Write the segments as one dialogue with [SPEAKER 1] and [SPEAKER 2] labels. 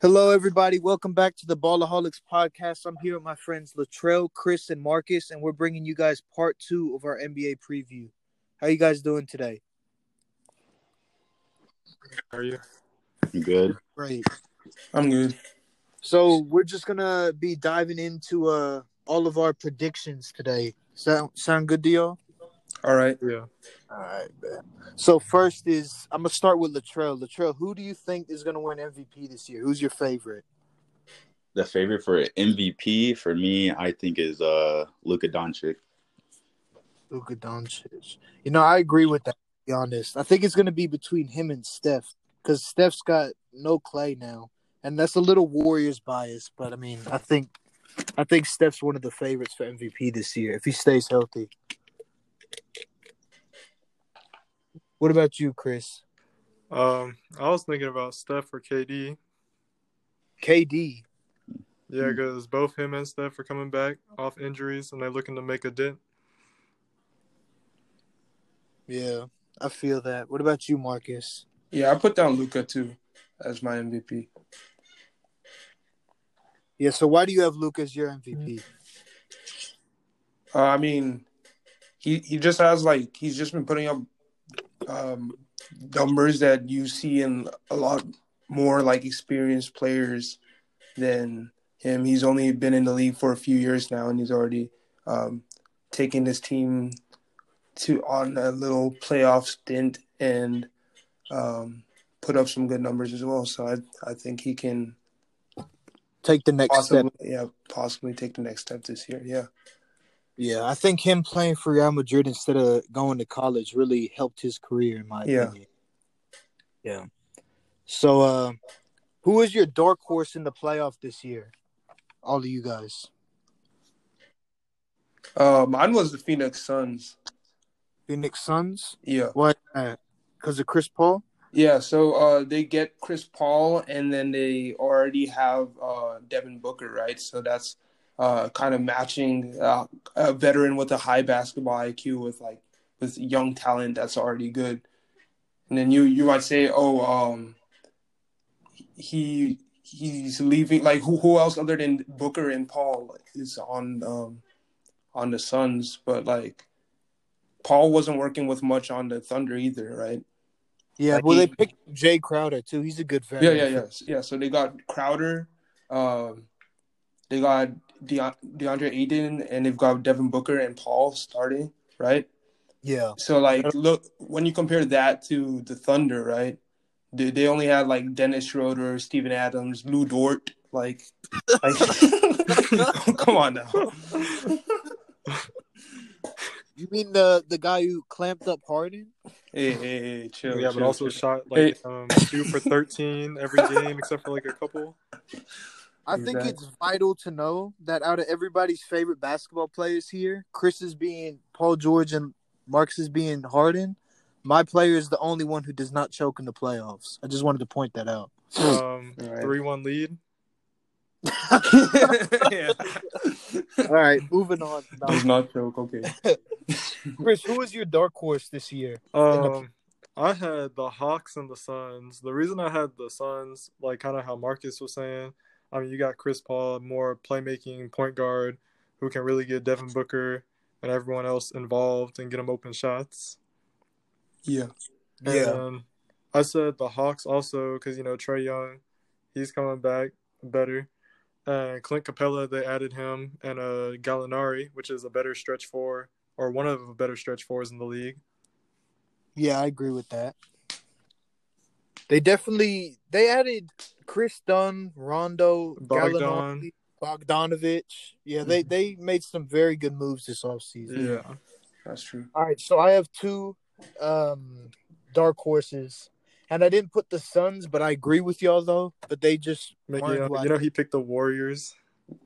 [SPEAKER 1] Hello, everybody. Welcome back to the Ballaholics podcast. I'm here with my friends Latrell, Chris, and Marcus, and we're bringing you guys part two of our NBA preview. How you guys doing today?
[SPEAKER 2] How are you?
[SPEAKER 3] Good.
[SPEAKER 1] Great.
[SPEAKER 2] I'm good.
[SPEAKER 1] So we're just gonna be diving into uh all of our predictions today. Sound sound good to y'all?
[SPEAKER 2] All right. Yeah.
[SPEAKER 1] All right, man. So first is I'm gonna start with Latrell. Latrell, who do you think is gonna win MVP this year? Who's your favorite?
[SPEAKER 3] The favorite for MVP for me, I think, is uh Luka Doncic.
[SPEAKER 1] Luka Doncic. You know, I agree with that. To be honest, I think it's gonna be between him and Steph because Steph's got no Clay now, and that's a little Warriors bias. But I mean, I think I think Steph's one of the favorites for MVP this year if he stays healthy. What about you, Chris?
[SPEAKER 2] Um, I was thinking about Steph or KD.
[SPEAKER 1] KD.
[SPEAKER 2] Yeah, because both him and Steph are coming back off injuries, and they're looking to make a dent.
[SPEAKER 1] Yeah, I feel that. What about you, Marcus?
[SPEAKER 4] Yeah, I put down Luca too as my MVP.
[SPEAKER 1] Yeah, so why do you have Luca as your MVP?
[SPEAKER 4] Uh, I mean, he he just has like he's just been putting up um, numbers that you see in a lot more like experienced players than him. He's only been in the league for a few years now, and he's already um, taken his team to on a little playoff stint and um, put up some good numbers as well. So I I think he can
[SPEAKER 1] Take the next
[SPEAKER 4] possibly
[SPEAKER 1] step.
[SPEAKER 4] yeah possibly take the next step this year. Yeah.
[SPEAKER 1] Yeah, I think him playing for Real Madrid instead of going to college really helped his career, in my
[SPEAKER 4] Yeah.
[SPEAKER 1] opinion. Yeah. So, uh, who is your dark horse in the playoff this year? All of you guys.
[SPEAKER 4] Uh, mine was the Phoenix Suns.
[SPEAKER 1] Phoenix Suns?
[SPEAKER 4] Yeah.
[SPEAKER 1] What? Because of Chris Paul?
[SPEAKER 4] Yeah, so uh, they get Chris Paul, and then they already have uh, Devin Booker, right? So that's uh, kind of matching uh, a veteran with a high basketball IQ with like with young talent that's already good. And then you you might say, oh, um, he he's leaving. Like who who else other than Booker and Paul is on um, on the Suns? But like Paul wasn't working with much on the Thunder either, right?
[SPEAKER 1] Yeah,
[SPEAKER 4] Like
[SPEAKER 1] well,
[SPEAKER 4] Uh, he-
[SPEAKER 1] they picked Jay Crowder, too. He's a good
[SPEAKER 4] Yeah,
[SPEAKER 1] veteran.
[SPEAKER 4] yeah, yeah, yeah. So they got Crowder, um, they got Deon- DeAndre Aiden, and they've got Devin Booker and Paul starting, right?
[SPEAKER 1] Yeah.
[SPEAKER 4] So like, look when you compare that to the Thunder, right? They, they only had like Dennis Schroeder, Steven Adams, Lou Dort, like, like come on now.
[SPEAKER 1] You mean the, the guy who clamped up Harden?
[SPEAKER 4] Hey, hey, hey, chill.
[SPEAKER 2] yeah, but
[SPEAKER 4] chill,
[SPEAKER 2] also
[SPEAKER 4] chill.
[SPEAKER 2] shot like um, two for thirteen every game except for like a couple.
[SPEAKER 1] I think it's vital to know that out of everybody's favorite basketball players here, Chris is being Paul George and Marcus is being Harden. My player is the only one who does not choke in the playoffs. I just wanted to point that out.
[SPEAKER 2] Um,
[SPEAKER 4] All right.
[SPEAKER 2] three one lead.
[SPEAKER 4] yeah.
[SPEAKER 1] All right, moving on.
[SPEAKER 4] Does not joke. Okay.
[SPEAKER 1] Chris, who is your dark horse this year?
[SPEAKER 2] Um, I had the Hawks and the Suns. The reason I had the Suns, like kind of how Marcus was saying, I mean, you got Chris Paul, more playmaking point guard, who can really get Devin Booker and everyone else involved and get them open shots.
[SPEAKER 4] Yeah.
[SPEAKER 2] And then I said the Hawks also because you know Trey Young, he's coming back better. And Clint Capella, they added him and uh, Gallinari, which is a better stretch four or one of the better stretch fours in the league.
[SPEAKER 1] Yeah, I agree with that. They definitely they added Chris Dunn, Rondo,
[SPEAKER 2] Bogdan.
[SPEAKER 1] Gallinari, Bogdanovich. Yeah, they they made some very good moves this offseason.
[SPEAKER 2] Yeah,
[SPEAKER 4] That's true.
[SPEAKER 1] All right, so I have two um, dark horses, and I didn't put the Suns, but I agree with y'all though. But they just
[SPEAKER 2] Mickey,
[SPEAKER 1] Why do
[SPEAKER 2] uh,
[SPEAKER 1] I-
[SPEAKER 2] you know he picked the Warriors.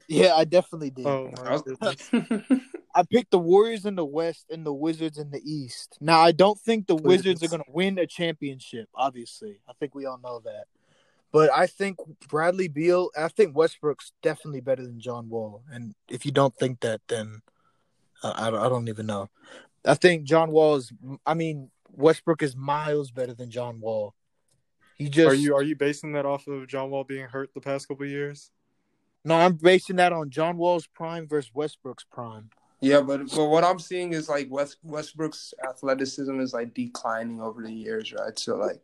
[SPEAKER 1] yeah, I definitely did.
[SPEAKER 2] Oh
[SPEAKER 4] I
[SPEAKER 2] my
[SPEAKER 4] was-
[SPEAKER 2] goodness.
[SPEAKER 1] I picked the Warriors in the West and the Wizards in the East. Now I don't think the Wizards are
[SPEAKER 2] Wizards.
[SPEAKER 1] going to win a championship. Obviously, I think we all know that. But I think Bradley Beal. I think Westbrook's definitely better than John Wall. And if you don't think that, then uh, I, I don't- I don't even know. I think John Wall is. I mean, Westbrook is miles better than John Wall. He just
[SPEAKER 2] are you are you basing that off of John Wall being hurt the past couple of years?
[SPEAKER 1] no. I'm basing that on John Wall's prime versus Westbrook's prime.
[SPEAKER 4] Yeah, but but what I'm seeing is like West Westbrook's athleticism is like declining over the years, right? So like,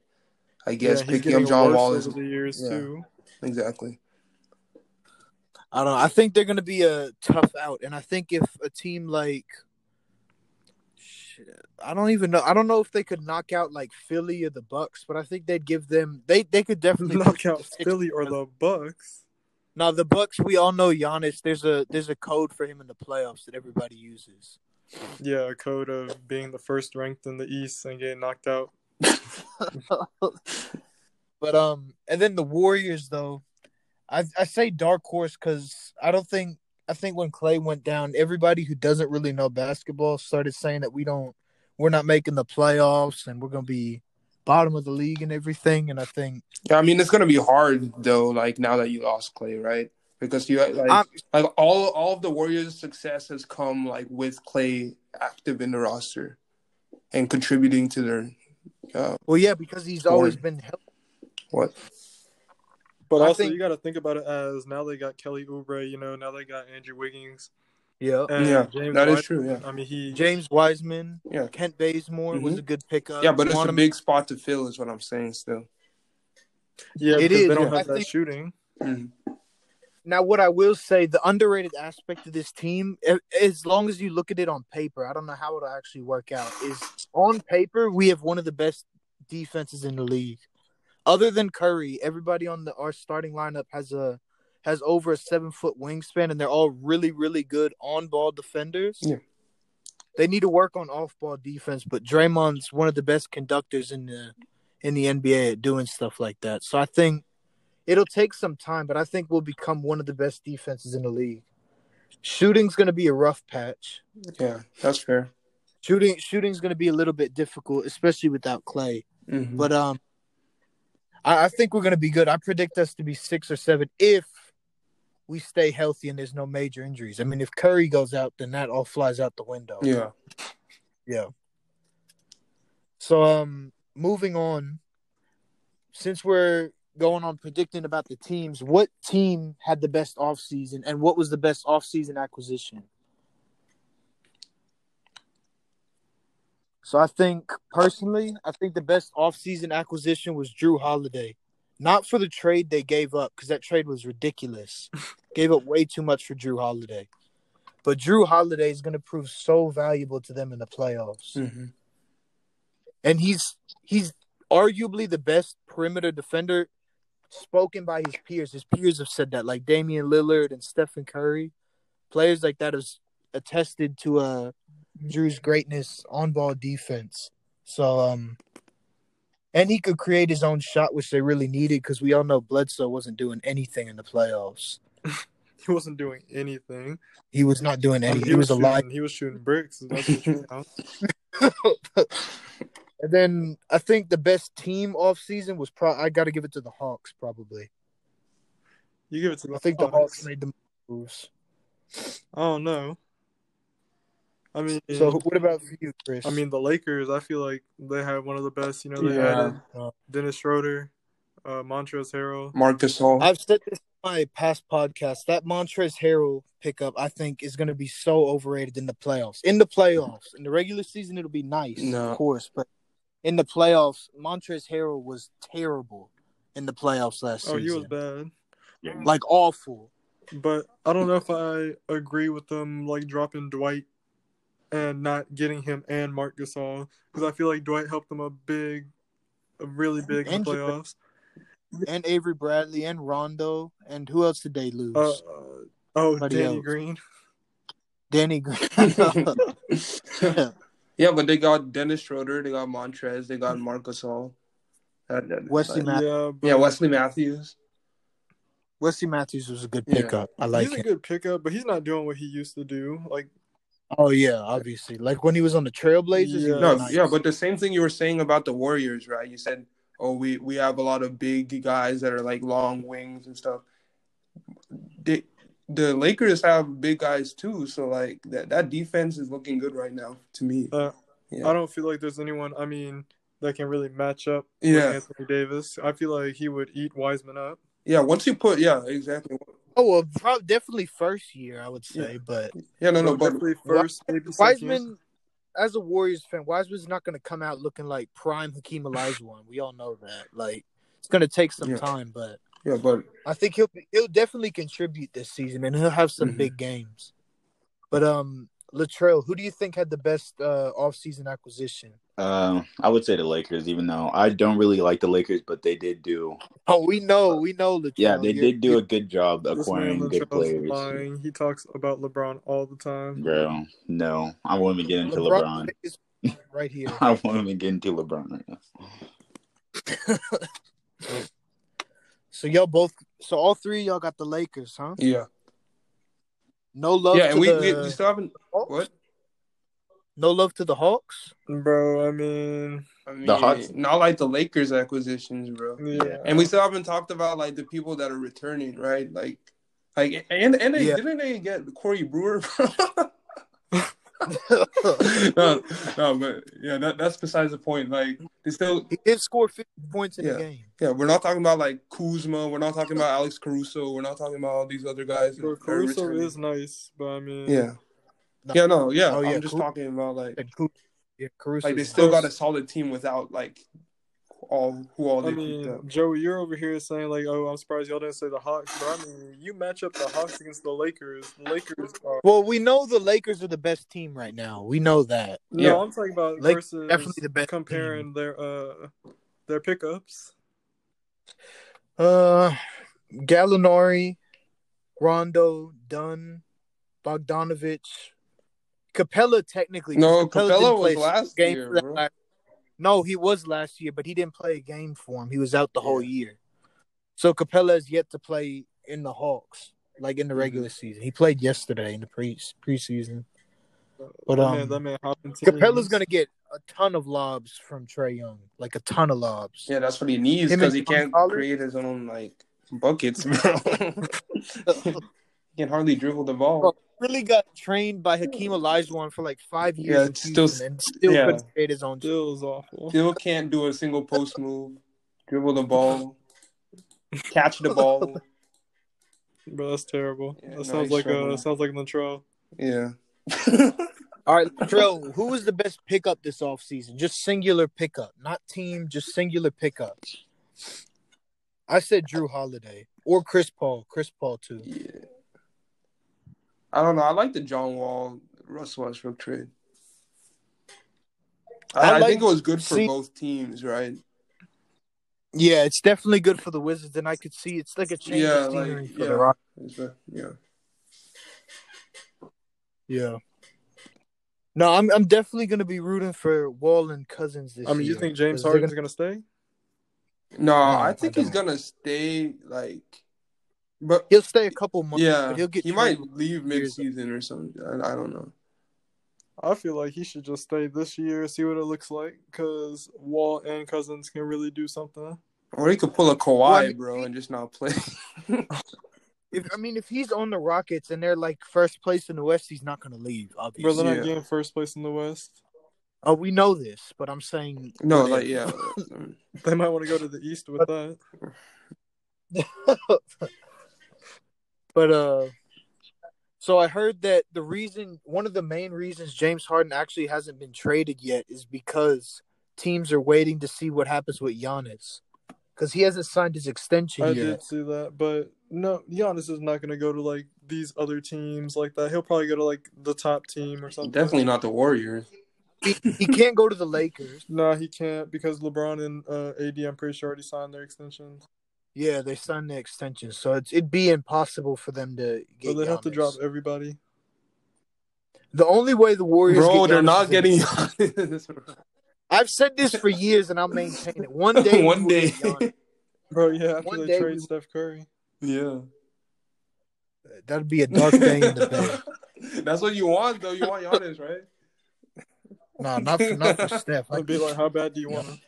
[SPEAKER 4] I guess
[SPEAKER 2] he's
[SPEAKER 4] picking
[SPEAKER 2] getting
[SPEAKER 4] up John
[SPEAKER 2] worse
[SPEAKER 4] Wall
[SPEAKER 2] over
[SPEAKER 4] is
[SPEAKER 2] the years
[SPEAKER 4] yeah.
[SPEAKER 2] too.
[SPEAKER 4] exactly.
[SPEAKER 1] I don't. I think they're going to be a tough out, and I think if a team like, shit, I don't even know. I don't know if they could knock out like Philly or the Bucks, but I think they'd give them. They they could definitely
[SPEAKER 2] Knock out Philly or the Bucks.
[SPEAKER 1] Now the Bucks, we all know Giannis. There's a there's a code for him in the playoffs that everybody uses.
[SPEAKER 2] Yeah, a code of being the first ranked in the East and getting knocked out.
[SPEAKER 1] But um, and then the Warriors though, I I say dark horse because I don't think I think when Clay went down, everybody who doesn't really know basketball started saying that we don't we're not making the playoffs and we're gonna be bottom of the league and everything. And I think
[SPEAKER 4] Yeah, I mean it's gonna be hard though. Like now that you lost Clay, right? Because you like
[SPEAKER 1] I'm-
[SPEAKER 4] like all all of the Warriors' success has come like with Clay active in the roster and contributing to their uh,
[SPEAKER 1] well, yeah, because he's always been healthy.
[SPEAKER 4] what
[SPEAKER 2] But
[SPEAKER 1] I
[SPEAKER 2] also,
[SPEAKER 1] think-
[SPEAKER 2] you got to think about it as now they got Kelly Oubre, you know, now they got Andrew Wiggins.
[SPEAKER 1] Yeah,
[SPEAKER 2] And
[SPEAKER 4] Yeah,
[SPEAKER 2] James
[SPEAKER 4] that is
[SPEAKER 2] Wiseman.
[SPEAKER 4] true, yeah.
[SPEAKER 2] I mean, he
[SPEAKER 1] James Wiseman,
[SPEAKER 4] Yeah.
[SPEAKER 1] Kent Bazemore was
[SPEAKER 4] Mhm.
[SPEAKER 1] a good pickup.
[SPEAKER 4] yeah, but it's a
[SPEAKER 1] Quantum-
[SPEAKER 4] big spot to fill, is what I'm saying. Still,
[SPEAKER 2] yeah,
[SPEAKER 1] It
[SPEAKER 2] because
[SPEAKER 1] is,
[SPEAKER 2] they don't
[SPEAKER 1] yeah.
[SPEAKER 2] have
[SPEAKER 1] I
[SPEAKER 2] that
[SPEAKER 1] think-
[SPEAKER 2] shooting. Mm-hmm.
[SPEAKER 1] Now, what I will say, the underrated aspect of this team, a- as long as you look at it on paper, I don't know how it'll actually work out. Is on paper we have one of the best defenses in the league. Other than Curry, everybody on the our starting lineup has a has over a seven foot wingspan, and they're all really really good on ball defenders.
[SPEAKER 4] Yeah.
[SPEAKER 1] They need to work on off ball defense, but Draymond's one of the best conductors in the in the NBA at doing stuff like that. So I think it'll take some time, but I think we'll become one of the best defenses in the league. Shooting's going to be a rough patch.
[SPEAKER 4] yeah, that's fair.
[SPEAKER 1] Shooting shooting's going to be a little bit difficult, especially without Clay.
[SPEAKER 4] Mhm.
[SPEAKER 1] But um, I, I think we're going to be good. I predict us to be six or seven if we stay healthy and there's no major injuries. I mean, if Curry goes out, then that all flies out the window.
[SPEAKER 4] yeah,
[SPEAKER 1] Yeah. So um moving on since we're going on predicting about the teams, what team had the best offseason and what was the best offseason acquisition? So I think personally, I think the best offseason acquisition was Drew Holiday. Not for the trade they gave up because that trade was ridiculous. gave up way too much for Drew Holiday. But Drew Holiday is going to prove so valuable to them in the playoffs
[SPEAKER 4] Mhm.
[SPEAKER 1] and he's he's arguably the best perimeter defender spoken by his peers. His peers have said that, like Damian Lillard and Stephen Curry, players like that have attested to uh, Drew's greatness on ball defense. So, um, and he could create his own shot, which they really needed because we all know Bledsoe wasn't doing anything in the playoffs.
[SPEAKER 2] He wasn't doing anything.
[SPEAKER 1] He was not doing
[SPEAKER 2] I mean,
[SPEAKER 1] anything. He was a
[SPEAKER 2] shooting,
[SPEAKER 1] liar.
[SPEAKER 2] He was shooting bricks. and that's what you know.
[SPEAKER 1] And then I think the best team off season was pro. I got to give it to the Hawks probably.
[SPEAKER 2] You give it to the
[SPEAKER 1] I think the Hawks made the moves.
[SPEAKER 2] I don't know. I mean,
[SPEAKER 1] So what about for you, Chris?
[SPEAKER 2] Mm-hmm. I mean, the Lakers. I feel like they had one of the best. You know, they added
[SPEAKER 1] Uh,
[SPEAKER 2] Dennis Schroeder, uh, Montrezl Harrell.
[SPEAKER 4] Marcus Hall.
[SPEAKER 1] I've said this in my past podcast. That Montrezl Harrell pickup, I think, is going to be so overrated in the playoffs. In the playoffs, in the regular season, it'll be nice,
[SPEAKER 4] No.
[SPEAKER 1] of course, but in the playoffs, Montrezl Harrell was terrible in the playoffs last
[SPEAKER 2] Oh, he was
[SPEAKER 1] season.
[SPEAKER 2] bad.
[SPEAKER 1] like awful.
[SPEAKER 2] But I don't know if I agree with them like dropping Dwight and not getting him and Mark Gasol because I feel like Dwight helped them a big, a really big in the
[SPEAKER 1] Injured.
[SPEAKER 2] playoffs.
[SPEAKER 1] And Avery Bradley and Rondo and who else did they lose?
[SPEAKER 2] Uh, oh,
[SPEAKER 1] Somebody
[SPEAKER 2] Danny
[SPEAKER 1] else.
[SPEAKER 2] Green.
[SPEAKER 1] Danny Green.
[SPEAKER 4] yeah, but they got Dennis Schroeder, they got Montrez, they got Marcus Hall, Uh,
[SPEAKER 1] Wesley
[SPEAKER 4] like-
[SPEAKER 1] Ma-
[SPEAKER 2] Yeah, but
[SPEAKER 4] yeah, Wesley Matthews.
[SPEAKER 1] Wesley Matthews was a good
[SPEAKER 4] Yeah.
[SPEAKER 1] pickup. I like
[SPEAKER 2] he's
[SPEAKER 1] him.
[SPEAKER 2] a good pickup, but he's not doing what he used to do. Like,
[SPEAKER 1] Oh yeah, obviously. Like when he was on the Trailblazers. he
[SPEAKER 2] Yeah.
[SPEAKER 1] was
[SPEAKER 4] No,
[SPEAKER 1] nice.
[SPEAKER 4] yeah, but the same thing you were saying about the Warriors, right? You said, "Oh, we we have a lot of big guys that are like long wings and stuff." They, the Lakers have big guys too, so like that that defense is looking good right now to me.
[SPEAKER 2] Uh,
[SPEAKER 4] yeah.
[SPEAKER 2] I don't feel like there's anyone. I mean, that can really match up
[SPEAKER 4] Yeah.
[SPEAKER 2] with Anthony Davis. I feel like he would eat Wiseman up.
[SPEAKER 4] Yeah, once you put yeah, exactly.
[SPEAKER 1] Oh well, probably definitely first year I would say, but
[SPEAKER 4] Yeah, no, no,
[SPEAKER 2] So
[SPEAKER 4] but
[SPEAKER 2] definitely first, maybe second.
[SPEAKER 1] Wiseman, as a Warriors fan, Wiseman's not going to come out looking like prime Hakeem Olajuwon. We all know that. Like it's going to take some
[SPEAKER 4] Yeah.
[SPEAKER 1] time, but
[SPEAKER 4] yeah, but
[SPEAKER 1] I think he'll be- he'll definitely contribute this season, and he'll have some
[SPEAKER 4] Mhm.
[SPEAKER 1] big games. But um, Latrell, who do you think had the best uh offseason acquisition?
[SPEAKER 3] Um, I would say the Lakers, even though I don't really like the Lakers, but they did do.
[SPEAKER 1] Oh, we know, we know Latrell.
[SPEAKER 3] Yeah, they
[SPEAKER 1] You're-
[SPEAKER 3] did do a good job
[SPEAKER 2] This man
[SPEAKER 3] acquiring good
[SPEAKER 2] Latrell's
[SPEAKER 3] players.
[SPEAKER 2] lying. He talks about LeBron all the time.
[SPEAKER 3] Bro, no, I won't even get into
[SPEAKER 1] LeBron
[SPEAKER 3] LeBron.
[SPEAKER 1] is right here.
[SPEAKER 3] I won't even get into LeBron right now.
[SPEAKER 1] So y'all both, so all three of y'all got the Lakers, huh?
[SPEAKER 4] yeah,
[SPEAKER 1] No love.
[SPEAKER 4] yeah,
[SPEAKER 1] to
[SPEAKER 4] and we,
[SPEAKER 1] the,
[SPEAKER 4] we we still haven't.
[SPEAKER 1] Hawks?
[SPEAKER 4] What?
[SPEAKER 1] No love to the Hawks.
[SPEAKER 2] Bro, I mean,
[SPEAKER 4] I mean,
[SPEAKER 3] Hawks-
[SPEAKER 4] not like the Lakers acquisitions, bro.
[SPEAKER 2] yeah.
[SPEAKER 4] And we still haven't talked about like the people that are returning, right? Like, like, and and they
[SPEAKER 1] Yeah.
[SPEAKER 4] didn't they get Corey Brewer? no, no, but yeah, that, that's besides the point. Like, they still,
[SPEAKER 1] He did score 50 points in
[SPEAKER 4] Yeah.
[SPEAKER 1] the game.
[SPEAKER 4] yeah, we're not talking about like Kuzma, we're not talking about Alex Caruso, we're not talking about all these other guys. that
[SPEAKER 2] Bro,
[SPEAKER 4] are
[SPEAKER 2] Caruso
[SPEAKER 4] returning.
[SPEAKER 2] is nice, but I mean,
[SPEAKER 4] yeah, yeah, no, yeah.
[SPEAKER 1] Oh, yeah,
[SPEAKER 4] I'm just
[SPEAKER 1] Caruso.
[SPEAKER 4] talking about like,
[SPEAKER 1] And Caruso. Yeah, Caruso.
[SPEAKER 4] like they still got a solid team without like all who all
[SPEAKER 2] I
[SPEAKER 4] they picked
[SPEAKER 2] mean,
[SPEAKER 4] up.
[SPEAKER 2] Joey, you're over here saying like, "Oh, I'm surprised y'all didn't say the Hawks." But I mean, you match up the Hawks against the Lakers. The Lakers are
[SPEAKER 1] Well, we know the Lakers are the best team right now. We know that.
[SPEAKER 2] no,
[SPEAKER 4] Yeah.
[SPEAKER 2] I'm talking about
[SPEAKER 1] Lakers
[SPEAKER 2] versus
[SPEAKER 1] definitely the best
[SPEAKER 2] comparing their uh their pickups.
[SPEAKER 1] Uh, Gallinari, Rondo, Dunn, Bogdanovich, Capella. Technically, 'cause
[SPEAKER 4] No, Capella
[SPEAKER 1] didn't play
[SPEAKER 4] was
[SPEAKER 1] a
[SPEAKER 4] last
[SPEAKER 1] game
[SPEAKER 4] year,
[SPEAKER 1] for that
[SPEAKER 4] bro.
[SPEAKER 1] last- No, he was last year, but he didn't play a game for him. He was out the whole year. So Capella has yet to play in the Hawks, like
[SPEAKER 4] Mm-hmm.
[SPEAKER 1] in the regular season. He played yesterday in the pre preseason.
[SPEAKER 4] Uh,
[SPEAKER 1] But um,
[SPEAKER 2] man, that man hopping teams.
[SPEAKER 1] Capella's gonna get a ton of lobs from Trey Young, like a ton of lobs.
[SPEAKER 4] Yeah, that's what he needs
[SPEAKER 1] Him
[SPEAKER 4] because
[SPEAKER 1] and
[SPEAKER 4] he
[SPEAKER 1] John
[SPEAKER 4] can't
[SPEAKER 1] Collins?
[SPEAKER 4] create his own like buckets, bro. he can hardly dribble the ball.
[SPEAKER 1] Really got trained by Hakeem Olajuwon for like five years.
[SPEAKER 4] Yeah,
[SPEAKER 1] in
[SPEAKER 4] it's still-
[SPEAKER 1] Houston and still
[SPEAKER 4] yeah.
[SPEAKER 1] couldn't create his own.
[SPEAKER 2] still is awful.
[SPEAKER 4] Still can't do a single post move, dribble the ball, catch the ball.
[SPEAKER 2] Bro, that's terrible.
[SPEAKER 4] Yeah,
[SPEAKER 2] that
[SPEAKER 4] no,
[SPEAKER 2] sounds
[SPEAKER 4] he's
[SPEAKER 2] like uh
[SPEAKER 4] struggling.
[SPEAKER 2] sounds like Latrell.
[SPEAKER 4] Yeah.
[SPEAKER 1] All right, Drill, who was the best pickup this offseason? Just singular pickup, not team, just singular pickup. I said Drew Holiday or Chris Paul. Chris Paul too.
[SPEAKER 4] yeah. I don't know. I like the John Wall Russ Westbrook trade.
[SPEAKER 1] I
[SPEAKER 4] I, I,
[SPEAKER 1] like-
[SPEAKER 4] think it was good for
[SPEAKER 1] see-
[SPEAKER 4] both teams, right?
[SPEAKER 1] Yeah, it's definitely good for the Wizards, and I could see it's like a change
[SPEAKER 4] Yeah,
[SPEAKER 1] of scenery
[SPEAKER 4] like,
[SPEAKER 1] for
[SPEAKER 4] yeah.
[SPEAKER 1] the Rock.
[SPEAKER 4] It's a- Yeah.
[SPEAKER 1] Yeah. No, I'm I'm definitely gonna be rooting for Wall and Cousins this
[SPEAKER 2] I
[SPEAKER 1] year.
[SPEAKER 2] mean, you think James
[SPEAKER 1] 'cause they're
[SPEAKER 2] Harden's gonna stay?
[SPEAKER 4] No, I
[SPEAKER 1] I
[SPEAKER 4] think he's gonna stay like,
[SPEAKER 1] gonna-
[SPEAKER 4] but
[SPEAKER 1] he'll stay a couple months?
[SPEAKER 4] yeah,
[SPEAKER 1] but he'll get
[SPEAKER 4] he
[SPEAKER 1] traded.
[SPEAKER 4] might leave
[SPEAKER 1] years.
[SPEAKER 4] midseason or something. I, I don't know.
[SPEAKER 2] I feel like he should just stay this year, see what it looks like, because Wall and Cousins can really do something.
[SPEAKER 4] Or he could pull a Kawhi,
[SPEAKER 1] Well, I mean-
[SPEAKER 4] bro, and just not play.
[SPEAKER 1] If, I mean, if he's on the Rockets and they're like first place in the West, he's not gonna leave.
[SPEAKER 2] Bro,
[SPEAKER 1] Obviously,
[SPEAKER 2] they're not
[SPEAKER 4] Yeah.
[SPEAKER 2] getting first place in the West.
[SPEAKER 1] oh, we know this, but I'm saying
[SPEAKER 4] no,
[SPEAKER 1] what
[SPEAKER 4] like
[SPEAKER 1] if?
[SPEAKER 4] yeah,
[SPEAKER 2] They might want to go to the East with that.
[SPEAKER 1] But uh so I heard that the reason one of the main reasons James Harden actually hasn't been traded yet is because teams are waiting to see what happens with Giannis. Because he hasn't signed his extension
[SPEAKER 2] I
[SPEAKER 1] yet.
[SPEAKER 2] did see that, but no, Giannis is not going to go to like these other teams like that. He'll probably go to like the top team or something.
[SPEAKER 4] definitely not the Warriors.
[SPEAKER 1] He can't go to the Lakers.
[SPEAKER 2] No, he can't because LeBron and uh, AD, I'm pretty sure, already signed their extensions.
[SPEAKER 1] Yeah, they signed the extension, so it's, it'd be impossible for them to
[SPEAKER 2] So
[SPEAKER 1] get.
[SPEAKER 2] they have to
[SPEAKER 1] Giannis.
[SPEAKER 2] drop everybody.
[SPEAKER 1] The only way the Warriors.
[SPEAKER 4] Bro,
[SPEAKER 1] get
[SPEAKER 4] they're
[SPEAKER 1] Giannis
[SPEAKER 4] not
[SPEAKER 1] is-
[SPEAKER 4] getting.
[SPEAKER 1] I've said this for years, and I'll maintain it. One day, we
[SPEAKER 4] One
[SPEAKER 1] will get
[SPEAKER 4] day.
[SPEAKER 1] Giannis.
[SPEAKER 2] Bro, yeah, after
[SPEAKER 1] One
[SPEAKER 2] they
[SPEAKER 1] day
[SPEAKER 2] trade
[SPEAKER 1] we-
[SPEAKER 2] Steph Curry.
[SPEAKER 4] yeah.
[SPEAKER 1] that'd be a dark day in the bed.
[SPEAKER 4] That's what you want, though. You want Giannis, right?
[SPEAKER 1] No, not for, not for Steph. I-
[SPEAKER 2] It'd be like, how bad do you want him?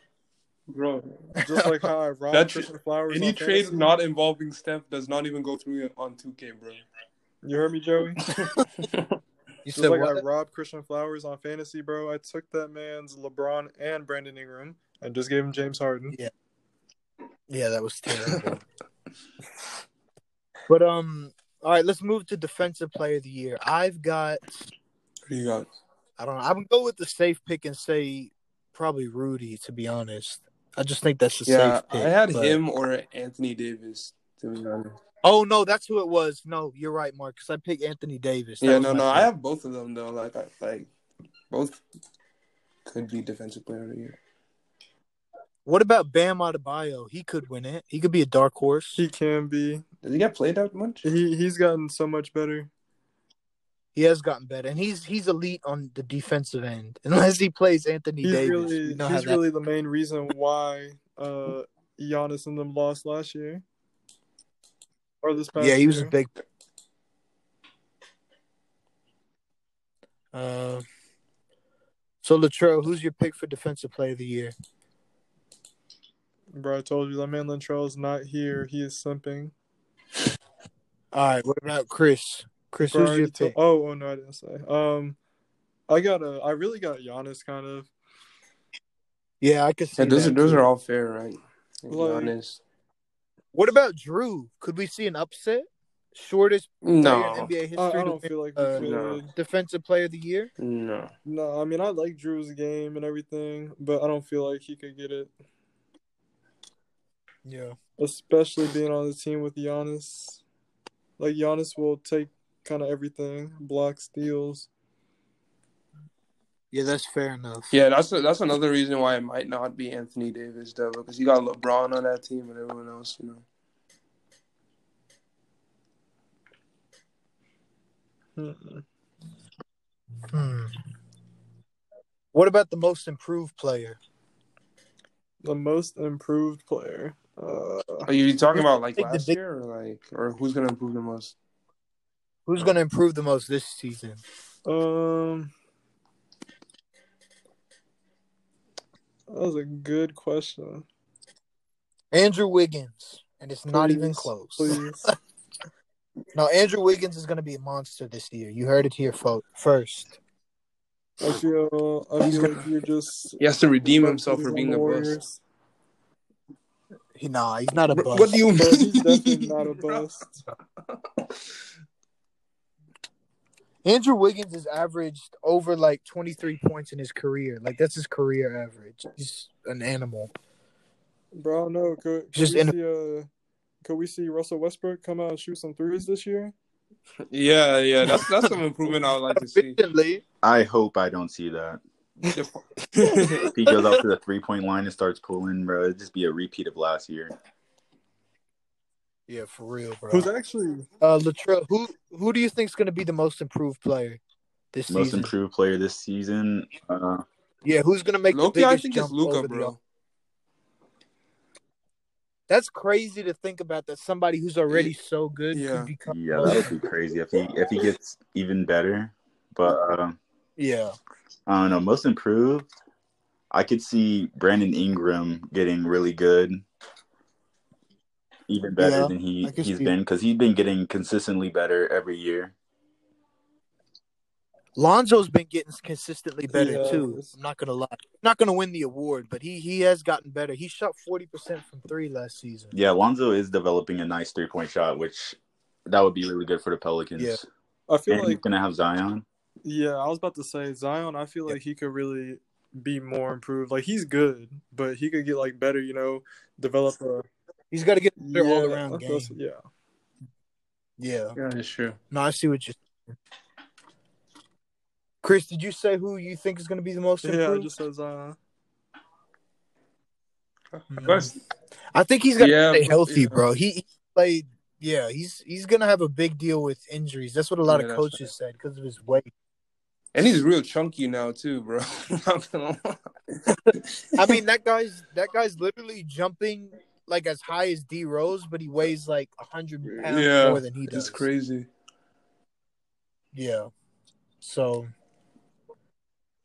[SPEAKER 4] Bro,
[SPEAKER 2] Just like how I robbed
[SPEAKER 4] That
[SPEAKER 2] Christian Flowers.
[SPEAKER 4] any
[SPEAKER 2] on
[SPEAKER 4] trade
[SPEAKER 2] fantasy.
[SPEAKER 4] not involving Steph does not even go through on 2K, bro.
[SPEAKER 2] You heard me, Joey?
[SPEAKER 1] you
[SPEAKER 2] Just
[SPEAKER 1] said
[SPEAKER 2] like
[SPEAKER 1] what?
[SPEAKER 2] I robbed Christian Flowers on fantasy, bro. I took that man's LeBron and Brandon Ingram. and just gave him James Harden.
[SPEAKER 1] Yeah, that was terrible. but um, all right, let's move to defensive player of the year. I've got
[SPEAKER 4] Who you got?
[SPEAKER 1] I don't know. I'm gonna go with the safe pick and say probably Rudy. To be honest, I just think that's the
[SPEAKER 4] yeah,
[SPEAKER 1] safe pick.
[SPEAKER 4] I had
[SPEAKER 1] but-
[SPEAKER 4] him or Anthony Davis. To be honest.
[SPEAKER 1] Oh no, that's who it was. No, you're right, Marcus. I picked Anthony Davis. That
[SPEAKER 4] Yeah,
[SPEAKER 1] was
[SPEAKER 4] no,
[SPEAKER 1] my
[SPEAKER 4] no,
[SPEAKER 1] pick.
[SPEAKER 4] I have both of them though. Like, I, like both could be defensive player of the year.
[SPEAKER 1] What about Bam Adebayo? He could win it. He could be a dark horse.
[SPEAKER 2] He can be.
[SPEAKER 4] Does he get played out much?
[SPEAKER 2] He he's gotten so much better.
[SPEAKER 1] He has gotten better, and he's he's elite on the defensive end. Unless he plays Anthony
[SPEAKER 2] He's
[SPEAKER 1] Davis,
[SPEAKER 2] really
[SPEAKER 1] You know how
[SPEAKER 2] he's
[SPEAKER 1] that-
[SPEAKER 2] really the main reason why uh Giannis and them lost last year. Or this past
[SPEAKER 1] yeah, he was a
[SPEAKER 2] year.
[SPEAKER 1] big. Uh, so Latrell, who's your pick for defensive player of the year?
[SPEAKER 2] Bro, I told you that man Latrell's not here. He is simping.
[SPEAKER 1] All right, what about Chris? Chris,
[SPEAKER 2] Bro, I
[SPEAKER 1] who's your
[SPEAKER 2] already to-
[SPEAKER 1] pick?
[SPEAKER 2] oh, oh no, I didn't say. Um, I got a. I really got Giannis kind of.
[SPEAKER 1] Yeah, I could see
[SPEAKER 4] Yeah, those
[SPEAKER 1] that.
[SPEAKER 4] are those
[SPEAKER 1] too.
[SPEAKER 4] are all fair, right? To be
[SPEAKER 2] Like-
[SPEAKER 4] honest,
[SPEAKER 1] What about Drew? Could we see an upset? Shortest player in
[SPEAKER 4] no,
[SPEAKER 1] NBA history
[SPEAKER 2] I, I
[SPEAKER 1] to
[SPEAKER 2] don't
[SPEAKER 1] win
[SPEAKER 2] feel like
[SPEAKER 1] uh,
[SPEAKER 2] we
[SPEAKER 4] no.
[SPEAKER 2] could.
[SPEAKER 1] defensive player of the year.
[SPEAKER 4] no.
[SPEAKER 2] No, I mean I like Drew's game and everything, but I don't feel like he could get it,
[SPEAKER 1] Yeah.
[SPEAKER 2] especially being on the team with Giannis. Like Giannis will take kind of everything, block steals.
[SPEAKER 1] Yeah, that's fair enough.
[SPEAKER 4] Yeah, that's that's another reason why it might not be Anthony Davis though, because you got LeBron on that team and everyone else, you know.
[SPEAKER 2] Mm-mm.
[SPEAKER 1] Hmm. What about the most improved player?
[SPEAKER 2] The most improved player. Uh,
[SPEAKER 4] Are you talking about like
[SPEAKER 1] Take the
[SPEAKER 4] last
[SPEAKER 1] big-
[SPEAKER 4] year, or like, or who's gonna improve the most?
[SPEAKER 1] Who's going to improve the most this season?
[SPEAKER 2] um, that was a good question.
[SPEAKER 1] Andrew Wiggins, and it's not even
[SPEAKER 2] Please,
[SPEAKER 1] close.
[SPEAKER 2] Please.
[SPEAKER 1] No, Andrew Wiggins is going to be a monster this year. You heard it here fo- first.
[SPEAKER 2] I feel, I
[SPEAKER 4] He's
[SPEAKER 2] feel
[SPEAKER 4] gonna-
[SPEAKER 2] like you're just
[SPEAKER 4] He has to redeem
[SPEAKER 2] Bro,
[SPEAKER 4] himself
[SPEAKER 2] he's
[SPEAKER 4] for
[SPEAKER 2] on
[SPEAKER 4] being
[SPEAKER 2] the
[SPEAKER 4] a bust.
[SPEAKER 2] Warriors.
[SPEAKER 1] He, nah, he's not a bust.
[SPEAKER 4] What do you mean?
[SPEAKER 2] Bro, he's definitely not a bust.
[SPEAKER 1] Andrew Wiggins has averaged over like 23 points in his career. Like, that's his career average. He's an animal.
[SPEAKER 2] Bro, no. Could, could
[SPEAKER 1] Just
[SPEAKER 2] we
[SPEAKER 1] in-
[SPEAKER 2] see, uh, could we see Russell Westbrook come out and shoot some threes this year?
[SPEAKER 4] Yeah, yeah, that's that's some improvement I would like to see.
[SPEAKER 1] Recently,
[SPEAKER 3] I hope I don't see that.
[SPEAKER 4] Def-
[SPEAKER 3] If he goes up to the three point line and starts pulling, bro, it'd just be a repeat of last year.
[SPEAKER 1] Yeah, for real, bro.
[SPEAKER 2] Who's actually
[SPEAKER 1] Uh, Latrell, who who do you think's going to be the most improved player this
[SPEAKER 3] Most
[SPEAKER 1] season?
[SPEAKER 3] improved player this season. Uh,
[SPEAKER 1] Yeah, who's going to make the
[SPEAKER 4] Loki,
[SPEAKER 1] biggest
[SPEAKER 4] I think it's
[SPEAKER 1] jump
[SPEAKER 4] Luca,
[SPEAKER 1] over the
[SPEAKER 4] bro.
[SPEAKER 1] That's crazy to think about that somebody who's already so good
[SPEAKER 4] Yeah.
[SPEAKER 1] could become
[SPEAKER 3] yeah, that would be crazy if he if he gets even better. But uh,
[SPEAKER 1] Yeah.
[SPEAKER 3] I don't know. Most improved, I could see Brandon Ingram getting really good, even better
[SPEAKER 1] Yeah,
[SPEAKER 3] than he
[SPEAKER 1] I could
[SPEAKER 3] he's
[SPEAKER 1] see-
[SPEAKER 3] been because he's been getting consistently better every year.
[SPEAKER 1] Lonzo's been getting consistently better
[SPEAKER 2] Yeah.
[SPEAKER 1] too. I'm not gonna lie. Not gonna win the award, but he he has gotten better. He shot forty percent from three last season.
[SPEAKER 3] Yeah, Lonzo is developing a nice three point shot, which that would be really good for the Pelicans.
[SPEAKER 1] Yeah.
[SPEAKER 2] I feel
[SPEAKER 3] And he's
[SPEAKER 2] like
[SPEAKER 3] gonna have Zion.
[SPEAKER 2] yeah, I was about to say Zion, I feel like he could really be more improved. Like he's good, but he could get like better, you know, develop a
[SPEAKER 1] He's got to get
[SPEAKER 2] yeah,
[SPEAKER 1] better all around game.
[SPEAKER 2] that's- yeah.
[SPEAKER 1] Yeah.
[SPEAKER 4] Yeah, that's true.
[SPEAKER 1] No, I see what you. Chris, did you say who you think is going to be the most
[SPEAKER 2] Yeah, I
[SPEAKER 1] improved?
[SPEAKER 2] just said Zion.
[SPEAKER 1] Mm.
[SPEAKER 4] course.
[SPEAKER 1] I think he's going to
[SPEAKER 4] Yeah,
[SPEAKER 1] stay
[SPEAKER 4] but-
[SPEAKER 1] healthy,
[SPEAKER 4] yeah.
[SPEAKER 1] bro. He, he played. Yeah, he's he's going to have a big deal with injuries. That's what a lot of
[SPEAKER 4] Yeah, that's
[SPEAKER 1] coaches said because of his weight.
[SPEAKER 4] And he's real chunky now too, bro. Not gonna lie.
[SPEAKER 1] I mean, that guy's that guy's literally jumping like as high as D Rose, but he weighs like hundred pounds
[SPEAKER 4] Yeah,
[SPEAKER 1] more than he does.
[SPEAKER 4] it's crazy.
[SPEAKER 1] Yeah. So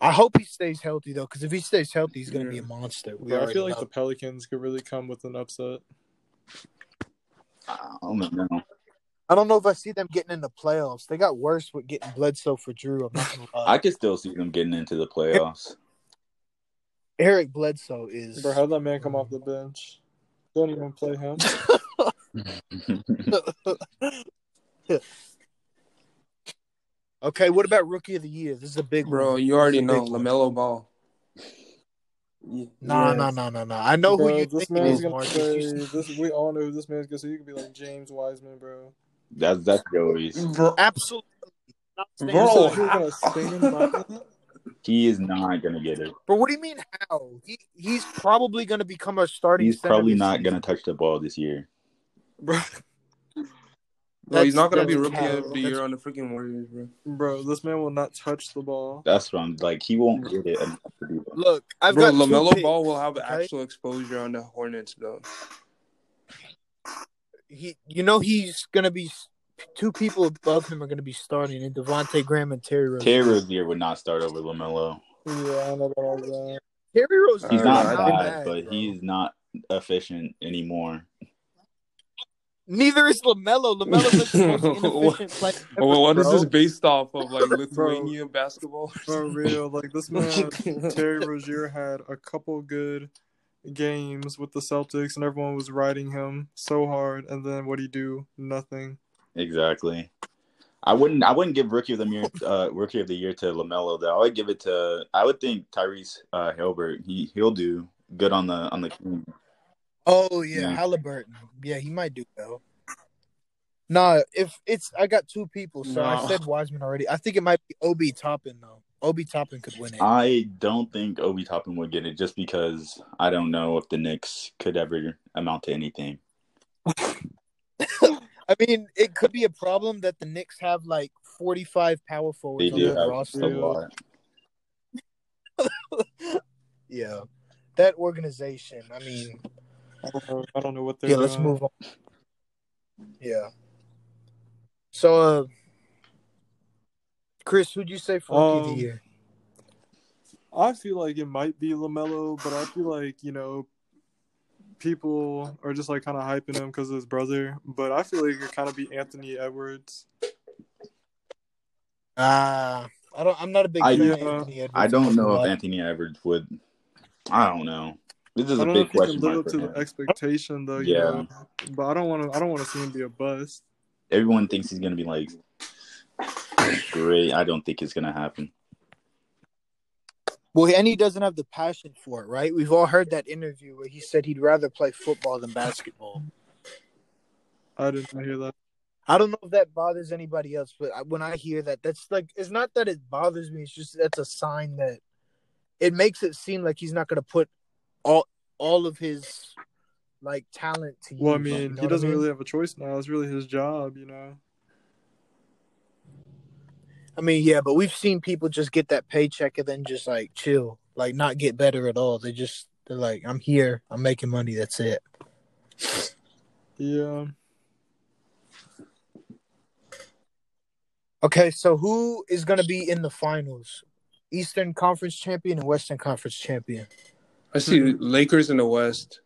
[SPEAKER 1] I hope he stays healthy though, because if he stays healthy, he's going to be a
[SPEAKER 4] Yeah.
[SPEAKER 1] monster. We
[SPEAKER 2] Bro, I
[SPEAKER 1] already
[SPEAKER 2] feel like
[SPEAKER 1] know.
[SPEAKER 2] the Pelicans could really come with an upset.
[SPEAKER 3] I don't know.
[SPEAKER 1] Uh, I don't know if I see them getting in the playoffs. They got worse with getting Bledsoe for Drew. I'm not gonna lie.
[SPEAKER 3] I could still see them getting into the playoffs.
[SPEAKER 1] Eric Bledsoe is.
[SPEAKER 2] Bro, how'd that man come off the bench? Don't even play him.
[SPEAKER 1] okay, what about rookie of the year? This is a big
[SPEAKER 4] Bro,
[SPEAKER 1] one.
[SPEAKER 4] you already
[SPEAKER 1] It's a
[SPEAKER 4] know
[SPEAKER 1] big one.
[SPEAKER 4] LaMelo Ball.
[SPEAKER 1] No,
[SPEAKER 2] Yeah.
[SPEAKER 1] no, no, no, no. I know
[SPEAKER 2] bro,
[SPEAKER 1] who you
[SPEAKER 2] this
[SPEAKER 1] think
[SPEAKER 2] man's
[SPEAKER 1] it is,
[SPEAKER 2] gonna
[SPEAKER 1] Marcus.
[SPEAKER 2] say
[SPEAKER 1] You-
[SPEAKER 2] this. We all know who this man's gonna say. You could be like James Wiseman, bro.
[SPEAKER 3] That's that's Joey's.
[SPEAKER 4] Bro,
[SPEAKER 1] Absolutely. Not saying
[SPEAKER 4] Bro,
[SPEAKER 1] so.
[SPEAKER 2] Oh,
[SPEAKER 4] Oh,
[SPEAKER 2] you were gonna sting him by
[SPEAKER 3] He is not gonna get it.
[SPEAKER 1] But what do you mean how? He he's probably going to become a starting.
[SPEAKER 3] He's
[SPEAKER 1] center
[SPEAKER 3] probably
[SPEAKER 1] this
[SPEAKER 3] not
[SPEAKER 1] season.
[SPEAKER 3] gonna touch the ball this year.
[SPEAKER 2] bro.
[SPEAKER 4] bro,
[SPEAKER 1] That's-
[SPEAKER 4] he's not gonna be
[SPEAKER 1] that's
[SPEAKER 4] rookie
[SPEAKER 1] cap.
[SPEAKER 4] of the
[SPEAKER 1] That's-
[SPEAKER 4] year on the freaking Warriors, bro.
[SPEAKER 2] Bro, this man will not touch the ball.
[SPEAKER 3] That's what I'm like. He won't get it. enough to do that.
[SPEAKER 1] Look, I've
[SPEAKER 4] bro,
[SPEAKER 1] got two
[SPEAKER 4] Lamelo
[SPEAKER 1] picks,
[SPEAKER 4] Ball will have
[SPEAKER 1] okay?
[SPEAKER 4] actual exposure on the Hornets, though.
[SPEAKER 1] He, you know, he's going to be two people above him are going to be starting, and Devontae Graham and Terry Rose.
[SPEAKER 3] Terry Rozier would not start over Lamelo.
[SPEAKER 2] Yeah, I know about that.
[SPEAKER 1] Terry Rose,
[SPEAKER 3] He's
[SPEAKER 4] All
[SPEAKER 3] not
[SPEAKER 4] right, I think-
[SPEAKER 3] bad, but he's not efficient anymore.
[SPEAKER 1] neither is Lamelo. Lamelo is the most inefficient player. ever,
[SPEAKER 4] Well, what is
[SPEAKER 1] bro.
[SPEAKER 4] this based off of? Like Lithuania basketball?
[SPEAKER 2] For real, like this man Terry Rozier had a couple good games with the Celtics, and everyone was riding him so hard. And then what would he do? Nothing.
[SPEAKER 3] Exactly. I wouldn't. I wouldn't give rookie of the year, uh, rookie of the year to Lamelo. Though I would give it to. I would think Tyrese uh, Hilbert. He he'll do good on the on the.
[SPEAKER 1] Oh yeah,
[SPEAKER 3] Yeah.
[SPEAKER 1] Halliburton. Yeah, he might do though. Nah, if it's I got two people, so I
[SPEAKER 4] No.
[SPEAKER 1] said Wiseman already. I think it might be Obi Toppin though. Obi Toppin could win it.
[SPEAKER 3] I don't think Obi Toppin would get it just because I don't know if the Knicks could ever amount to anything.
[SPEAKER 1] I mean, it could be a problem that the Knicks have like forty-five power
[SPEAKER 3] They
[SPEAKER 1] forwards on
[SPEAKER 3] do
[SPEAKER 1] their
[SPEAKER 3] have a
[SPEAKER 1] roster.
[SPEAKER 2] yeah.
[SPEAKER 3] lot.
[SPEAKER 1] Yeah, that organization. I mean,
[SPEAKER 2] I don't know. I don't know what they're.
[SPEAKER 1] yeah. Let's
[SPEAKER 2] doing.
[SPEAKER 1] move on. Yeah. So, uh, Chris, who'd you say for rookie of
[SPEAKER 2] Um,
[SPEAKER 1] the year?
[SPEAKER 2] I feel like it might be Lamelo, but I feel like you know people are just like kind of hyping him because of his brother. But I feel like it could kind of be Anthony Edwards.
[SPEAKER 1] Ah, I don't. I'm not a big
[SPEAKER 3] I-
[SPEAKER 1] fan of
[SPEAKER 2] Yeah.
[SPEAKER 1] Anthony Edwards.
[SPEAKER 3] I don't know if
[SPEAKER 1] But-
[SPEAKER 3] Anthony Edwards would. I don't know. This is
[SPEAKER 2] I
[SPEAKER 3] a
[SPEAKER 2] don't
[SPEAKER 3] big
[SPEAKER 2] know if he can
[SPEAKER 3] question
[SPEAKER 2] live
[SPEAKER 3] mark
[SPEAKER 2] up
[SPEAKER 3] for
[SPEAKER 2] to the
[SPEAKER 3] him.
[SPEAKER 2] expectation though. You
[SPEAKER 3] Yeah.
[SPEAKER 2] know? But I don't want to. I don't want to see him be a bust.
[SPEAKER 3] Everyone thinks he's gonna be like great. I don't think it's gonna happen.
[SPEAKER 1] Well, and he doesn't have the passion for it, right? We've all heard that interview where he said he'd rather play football than basketball.
[SPEAKER 2] I didn't hear that.
[SPEAKER 1] I don't know if that bothers anybody else, but I- when I hear that, that's like it's not that it bothers me. It's just that's a sign that it makes it seem like he's not going to put all all of his like talent to
[SPEAKER 2] Well, I
[SPEAKER 1] use, you
[SPEAKER 2] mean,
[SPEAKER 1] know
[SPEAKER 2] he
[SPEAKER 1] what
[SPEAKER 2] doesn't
[SPEAKER 1] I mean?
[SPEAKER 2] really have a choice now. It's really his job, you know.
[SPEAKER 1] I mean, yeah, but we've seen people just get that paycheck and then just like chill, like not get better at all. They just they're like, I'm here, I'm making money, that's it.
[SPEAKER 2] Yeah.
[SPEAKER 1] Okay, so who is going to be in the finals? Eastern Conference champion and Western Conference champion.
[SPEAKER 4] I see Lakers in the West.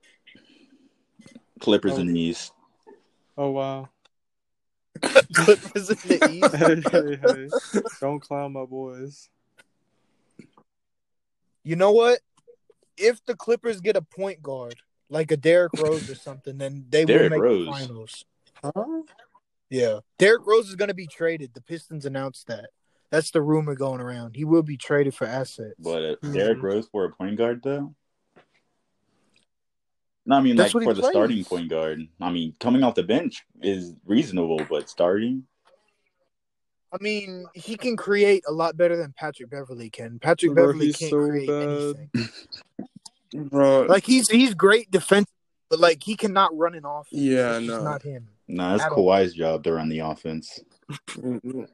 [SPEAKER 3] Clippers
[SPEAKER 2] Oh.
[SPEAKER 3] and East.
[SPEAKER 2] Oh wow.
[SPEAKER 1] Clippers in the East.
[SPEAKER 2] hey, hey, hey! Don't clown my boys.
[SPEAKER 1] You know what? If the Clippers get a point guard like a Derrick Rose or something, then they will
[SPEAKER 3] Derrick
[SPEAKER 1] make
[SPEAKER 3] Rose?
[SPEAKER 1] the finals.
[SPEAKER 2] Huh?
[SPEAKER 1] Yeah, Derrick Rose is going to be traded. The Pistons announced that. That's the rumor going around. He will be traded for assets.
[SPEAKER 3] But uh,
[SPEAKER 2] Mhm.
[SPEAKER 3] Derrick Rose for a point guard though. No, I mean
[SPEAKER 1] That's
[SPEAKER 3] like
[SPEAKER 1] what he
[SPEAKER 3] for the
[SPEAKER 1] plays.
[SPEAKER 3] starting point guard. I mean coming off the bench is reasonable, but starting.
[SPEAKER 1] I mean, he can create a lot better than Patrick Beverly can. Patrick
[SPEAKER 2] Bro,
[SPEAKER 1] Beverly
[SPEAKER 2] he's
[SPEAKER 1] can't
[SPEAKER 2] so
[SPEAKER 1] create
[SPEAKER 2] bad.
[SPEAKER 1] anything.
[SPEAKER 4] Bro,
[SPEAKER 1] Like he's he's great defense, but like he cannot run an offense.
[SPEAKER 4] Yeah,
[SPEAKER 1] it's just
[SPEAKER 4] no.
[SPEAKER 1] not him.
[SPEAKER 3] Nah, that's
[SPEAKER 1] At all.
[SPEAKER 3] Kawhi's job to run the offense.
[SPEAKER 4] Mm,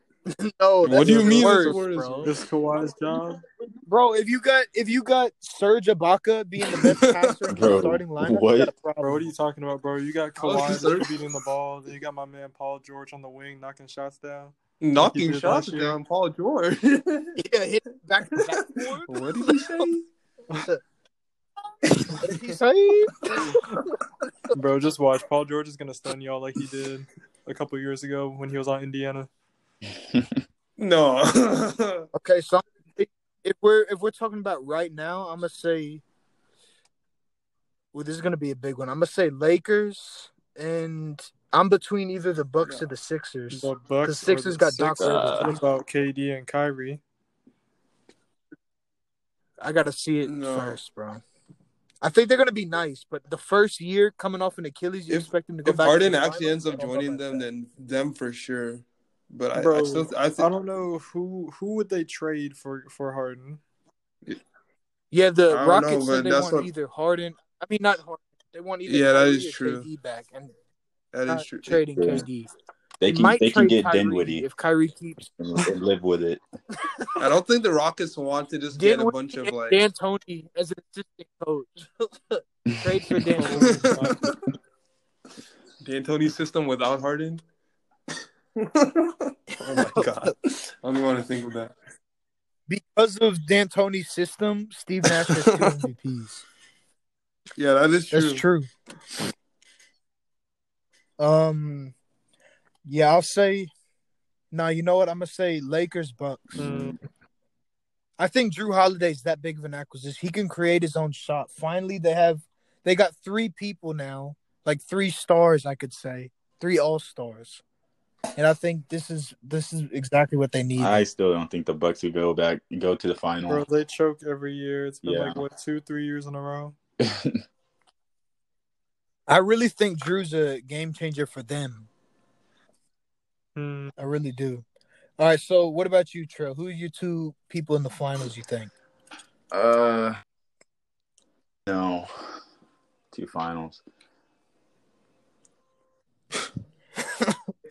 [SPEAKER 1] No,
[SPEAKER 4] What
[SPEAKER 1] that's
[SPEAKER 4] do you
[SPEAKER 1] even
[SPEAKER 4] mean
[SPEAKER 1] worse,
[SPEAKER 4] it's worse,
[SPEAKER 1] bro?
[SPEAKER 2] It's Kawhi's job.
[SPEAKER 1] Bro, if you got if you got Serge Ibaka being the best passer in the
[SPEAKER 3] Bro,
[SPEAKER 1] starting lineup,
[SPEAKER 3] what?
[SPEAKER 1] you got a
[SPEAKER 2] Bro,
[SPEAKER 1] problem.
[SPEAKER 2] what are you talking about, bro? You got
[SPEAKER 4] was
[SPEAKER 2] Kawhi
[SPEAKER 4] concerned.
[SPEAKER 2] beating the ball. Then you got my man Paul George on the wing knocking shots down. He
[SPEAKER 4] knocking
[SPEAKER 2] did
[SPEAKER 4] shots
[SPEAKER 2] last year.
[SPEAKER 4] down, Paul George.
[SPEAKER 1] Yeah, hit back backboard.
[SPEAKER 4] what did he say?
[SPEAKER 1] What did he say?
[SPEAKER 2] Bro, just watch. Paul George is gonna stun y'all like he did a couple years ago when he was on Indiana.
[SPEAKER 4] No.
[SPEAKER 1] Okay, so if we're if we're talking about right now, I'm gonna say. Well, this is gonna be a big one. I'm gonna say Lakers, and I'm between either the Bucks or the Sixers.
[SPEAKER 2] The Bucks.
[SPEAKER 1] The
[SPEAKER 2] or
[SPEAKER 1] Sixers got Doc
[SPEAKER 2] Sixers.
[SPEAKER 3] Rivers.
[SPEAKER 2] What about KD and Kyrie?
[SPEAKER 1] I gotta see it
[SPEAKER 4] No.
[SPEAKER 1] first, bro. I think they're gonna be nice, but the first year coming off an Achilles, you
[SPEAKER 4] If-
[SPEAKER 1] expect them to go
[SPEAKER 4] If
[SPEAKER 1] back. to
[SPEAKER 4] Harden
[SPEAKER 1] the
[SPEAKER 4] actually
[SPEAKER 1] finals?
[SPEAKER 4] ends
[SPEAKER 1] I
[SPEAKER 4] up
[SPEAKER 1] don't know
[SPEAKER 4] joining
[SPEAKER 1] about
[SPEAKER 4] them,
[SPEAKER 1] that.
[SPEAKER 4] then them for sure. But I, I
[SPEAKER 2] Bro,
[SPEAKER 4] still, I,
[SPEAKER 2] I
[SPEAKER 4] think
[SPEAKER 2] don't know who who would they trade for for Harden.
[SPEAKER 1] yeah, the
[SPEAKER 4] I don't
[SPEAKER 1] Rockets
[SPEAKER 4] know, but
[SPEAKER 1] said they
[SPEAKER 4] that's
[SPEAKER 1] want
[SPEAKER 4] what-
[SPEAKER 1] either Harden. I mean, not Harden. They want either
[SPEAKER 4] Yeah, that
[SPEAKER 1] Kyrie
[SPEAKER 4] is
[SPEAKER 1] or
[SPEAKER 4] true.
[SPEAKER 1] KD back, and
[SPEAKER 4] that
[SPEAKER 1] not
[SPEAKER 4] is true.
[SPEAKER 1] trading
[SPEAKER 3] Yeah.
[SPEAKER 1] KD.
[SPEAKER 3] They
[SPEAKER 1] They
[SPEAKER 3] can
[SPEAKER 1] might
[SPEAKER 3] they can
[SPEAKER 1] trade
[SPEAKER 3] get
[SPEAKER 1] Kyrie
[SPEAKER 3] Dinwiddie
[SPEAKER 1] if Kyrie keeps
[SPEAKER 3] and, and live with it.
[SPEAKER 4] I don't think the Rockets want to just get a bunch of
[SPEAKER 1] and
[SPEAKER 4] like.
[SPEAKER 1] Dan Tony as an assistant coach. Trade for Dan. Tony.
[SPEAKER 4] D'Antoni's system without Harden. oh my god! I don't even want to think of that.
[SPEAKER 1] Because of Dan Tony's system, Steve Nash has two MVPs.
[SPEAKER 4] Yeah, that is true.
[SPEAKER 1] That's true. Um, yeah, I'll say. Now you know what I'm gonna say. Lakers, Bucks. I think Drew Holiday's that big of an acquisition. He can create his own shot. Finally, they have they got three people now, like three stars, I could say, three all stars, and I think this is this is exactly what they need.
[SPEAKER 3] I still don't think the Bucks would go back go to the final.
[SPEAKER 2] Bro, they choke every year. It's been
[SPEAKER 3] Yeah.
[SPEAKER 2] like what two, three years in a row.
[SPEAKER 1] I really think Drew's a game changer for them.
[SPEAKER 2] Hmm.
[SPEAKER 1] I really do. All right, so what about you, Trey? Who are your two people in the finals? You think?
[SPEAKER 3] Uh, no, two finals.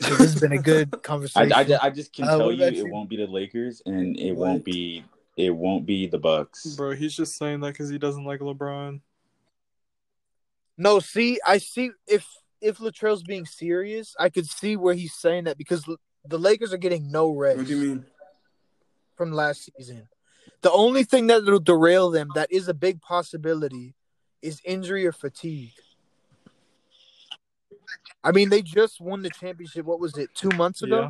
[SPEAKER 1] So this has been a good
[SPEAKER 3] I,
[SPEAKER 1] conversation.
[SPEAKER 3] I, ju- I just can
[SPEAKER 1] Uh,
[SPEAKER 3] tell
[SPEAKER 1] what
[SPEAKER 3] you,
[SPEAKER 1] about
[SPEAKER 3] it
[SPEAKER 1] you?
[SPEAKER 3] won't be the Lakers, and it
[SPEAKER 2] What?
[SPEAKER 3] won't be it won't be the Bucks.
[SPEAKER 2] Bro, he's just saying that because he doesn't like LeBron.
[SPEAKER 1] No, see, I see if if Latrell's being serious, I could see where he's saying that because l- the Lakers are getting no rest
[SPEAKER 4] What do you mean?
[SPEAKER 1] from last season. The only thing that will derail them that is a big possibility is injury or fatigue. I mean, they just won the championship. What was it? Two months ago.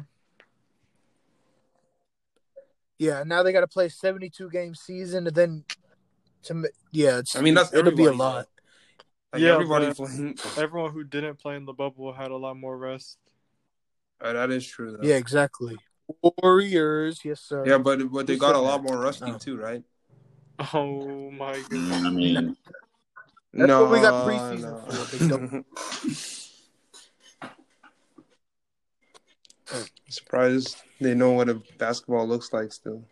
[SPEAKER 2] Yeah.
[SPEAKER 1] Yeah, now they got to play seventy-two game season, and then to m- yeah, it's,
[SPEAKER 4] I mean, that's
[SPEAKER 1] it'll be a
[SPEAKER 4] everybody,
[SPEAKER 1] lot.
[SPEAKER 4] Like
[SPEAKER 2] Yeah,
[SPEAKER 4] everybody
[SPEAKER 2] but-
[SPEAKER 4] playing.
[SPEAKER 2] Everyone who didn't play in the bubble had a lot more rest.
[SPEAKER 4] Oh, that is true. Though.
[SPEAKER 1] Yeah, exactly. Warriors, yes sir.
[SPEAKER 4] Yeah, but but they
[SPEAKER 1] Who
[SPEAKER 4] got
[SPEAKER 1] said
[SPEAKER 4] a lot
[SPEAKER 1] that?
[SPEAKER 4] more rusty
[SPEAKER 1] Oh.
[SPEAKER 4] too, right?
[SPEAKER 2] Oh my goodness.
[SPEAKER 3] I mean,
[SPEAKER 1] That's what we got preseason for, big
[SPEAKER 4] Oh, Surprised they know what a basketball looks like still.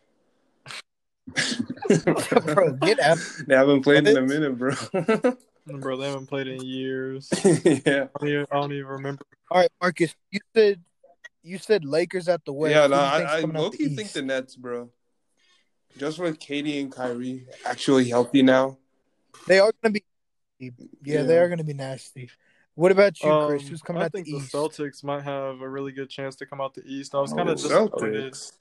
[SPEAKER 1] Bro, get out.
[SPEAKER 4] They haven't played in a
[SPEAKER 1] What?
[SPEAKER 4] minute, bro.
[SPEAKER 2] Bro, they haven't played in years. I
[SPEAKER 4] yeah,
[SPEAKER 2] don't even, I don't even remember.
[SPEAKER 1] All right, Marcus, you said you said Lakers at the West.
[SPEAKER 4] yeah.
[SPEAKER 1] Who do you think's
[SPEAKER 4] No, I, I
[SPEAKER 1] coming out
[SPEAKER 4] low
[SPEAKER 1] the
[SPEAKER 4] key think
[SPEAKER 1] East?
[SPEAKER 4] the Nets, bro. Just with Katie and Kyrie actually healthy now.
[SPEAKER 1] they are going to be. Yeah, they
[SPEAKER 4] Yeah.
[SPEAKER 1] are going to be nasty. What about you, Chris?
[SPEAKER 2] Um,
[SPEAKER 1] Who's coming
[SPEAKER 2] I
[SPEAKER 1] out the
[SPEAKER 2] think the,
[SPEAKER 1] East?
[SPEAKER 2] Celtics might have a really good chance to come out the East. I was
[SPEAKER 3] Oh,
[SPEAKER 2] kind of disappointed.
[SPEAKER 4] Celtics.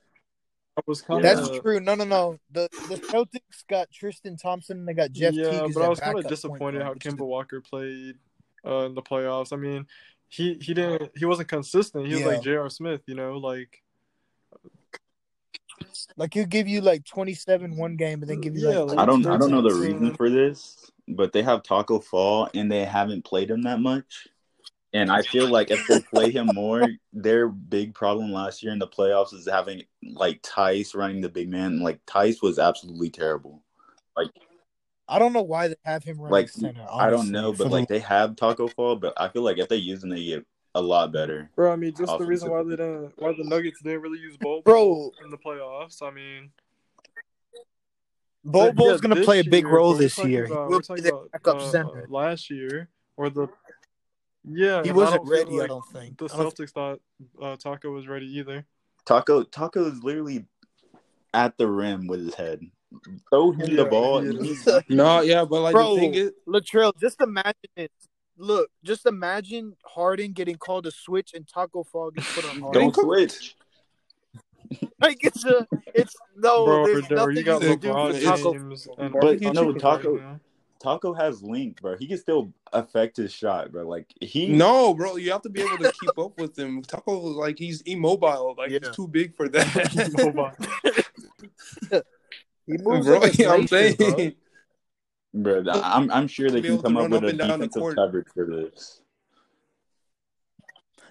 [SPEAKER 2] I was kind
[SPEAKER 3] Yeah.
[SPEAKER 1] That's true. No, no, no. The the Celtics got Tristan Thompson. and They got Jeff
[SPEAKER 2] yeah,
[SPEAKER 1] Teague. as
[SPEAKER 2] but I
[SPEAKER 1] their
[SPEAKER 2] was kind
[SPEAKER 1] backup
[SPEAKER 2] of
[SPEAKER 1] point
[SPEAKER 2] disappointed
[SPEAKER 1] guard,
[SPEAKER 2] how
[SPEAKER 1] which is-
[SPEAKER 2] Kimball Walker played uh, in the playoffs. I mean, he he didn't he wasn't consistent. He was like J.R. Smith, you know, like
[SPEAKER 1] Like he'll give you like twenty seven one game, and then give you
[SPEAKER 2] Yeah,
[SPEAKER 1] like
[SPEAKER 2] like,
[SPEAKER 3] I don't I don't know the
[SPEAKER 2] 13.
[SPEAKER 3] reason for this, but they have Taco Fall, and they haven't played him that much. And I feel like if they play him more, their big problem last year in the playoffs is having like Tice running the big man. Like Tice was absolutely terrible.
[SPEAKER 1] I don't know why they have him running
[SPEAKER 3] Like,
[SPEAKER 1] center.
[SPEAKER 3] I
[SPEAKER 1] honestly,
[SPEAKER 3] don't know,
[SPEAKER 1] for
[SPEAKER 3] but
[SPEAKER 1] the-
[SPEAKER 3] like they have Taco Fall, but I feel like if they use him, they get a lot better.
[SPEAKER 2] Bro, I mean, just the reason why
[SPEAKER 3] Offensively.
[SPEAKER 2] they didn't, why the Nuggets didn't really use Bobo
[SPEAKER 1] Bro.
[SPEAKER 2] in the playoffs. I mean,
[SPEAKER 1] Bobo's
[SPEAKER 2] yeah,
[SPEAKER 1] going to
[SPEAKER 2] this
[SPEAKER 1] play a big
[SPEAKER 2] year,
[SPEAKER 1] role
[SPEAKER 2] but we're
[SPEAKER 1] this
[SPEAKER 2] talking
[SPEAKER 1] year.
[SPEAKER 2] about-
[SPEAKER 1] he will
[SPEAKER 2] we're
[SPEAKER 1] be
[SPEAKER 2] talking
[SPEAKER 1] their
[SPEAKER 2] about,
[SPEAKER 1] backup
[SPEAKER 2] uh,
[SPEAKER 1] center.
[SPEAKER 2] last year or the yeah,
[SPEAKER 1] he
[SPEAKER 2] and I
[SPEAKER 1] wasn't
[SPEAKER 2] don't feel
[SPEAKER 1] ready. I
[SPEAKER 2] like
[SPEAKER 1] don't think.
[SPEAKER 2] The
[SPEAKER 1] I don't
[SPEAKER 2] Celtics thought uh, Taco was ready either.
[SPEAKER 3] Taco Taco is literally at the rim with his head. Throw him the
[SPEAKER 2] Yeah,
[SPEAKER 3] ball.
[SPEAKER 2] he
[SPEAKER 3] and
[SPEAKER 2] is.
[SPEAKER 3] he's-
[SPEAKER 4] No, yeah, but like
[SPEAKER 1] Bro,
[SPEAKER 4] the thing is,
[SPEAKER 1] Latrell, just imagine it. Look, just imagine Harden getting called a switch and Taco Fall gets put on Harden.
[SPEAKER 3] don't switch.
[SPEAKER 1] Like it's a, it's no,
[SPEAKER 2] Bro, or,
[SPEAKER 1] Oh, there's
[SPEAKER 2] or
[SPEAKER 1] nothing
[SPEAKER 2] you
[SPEAKER 1] you
[SPEAKER 2] got
[SPEAKER 1] can do
[SPEAKER 2] LeBron
[SPEAKER 1] for Taco.
[SPEAKER 2] James and
[SPEAKER 4] But
[SPEAKER 2] Barbecue
[SPEAKER 4] you
[SPEAKER 3] know,
[SPEAKER 2] Chicken
[SPEAKER 3] Taco-
[SPEAKER 2] right now.
[SPEAKER 3] Taco has link, bro. He can still affect his shot, bro. Like he
[SPEAKER 4] no, bro, you have to be able to keep up with him. Taco, like he's immobile, like
[SPEAKER 1] Yeah.
[SPEAKER 4] he's too big for that.
[SPEAKER 2] Mobile.
[SPEAKER 1] He moves
[SPEAKER 4] bro.
[SPEAKER 1] like a
[SPEAKER 4] You know what I'm
[SPEAKER 1] glacier, bro.
[SPEAKER 4] saying?
[SPEAKER 3] Bro, th- I'm I'm sure they
[SPEAKER 4] To be
[SPEAKER 3] can
[SPEAKER 4] able to
[SPEAKER 3] come up
[SPEAKER 4] run
[SPEAKER 3] with
[SPEAKER 4] up
[SPEAKER 3] a
[SPEAKER 4] and down the
[SPEAKER 3] defensive
[SPEAKER 4] court.
[SPEAKER 3] coverage for this.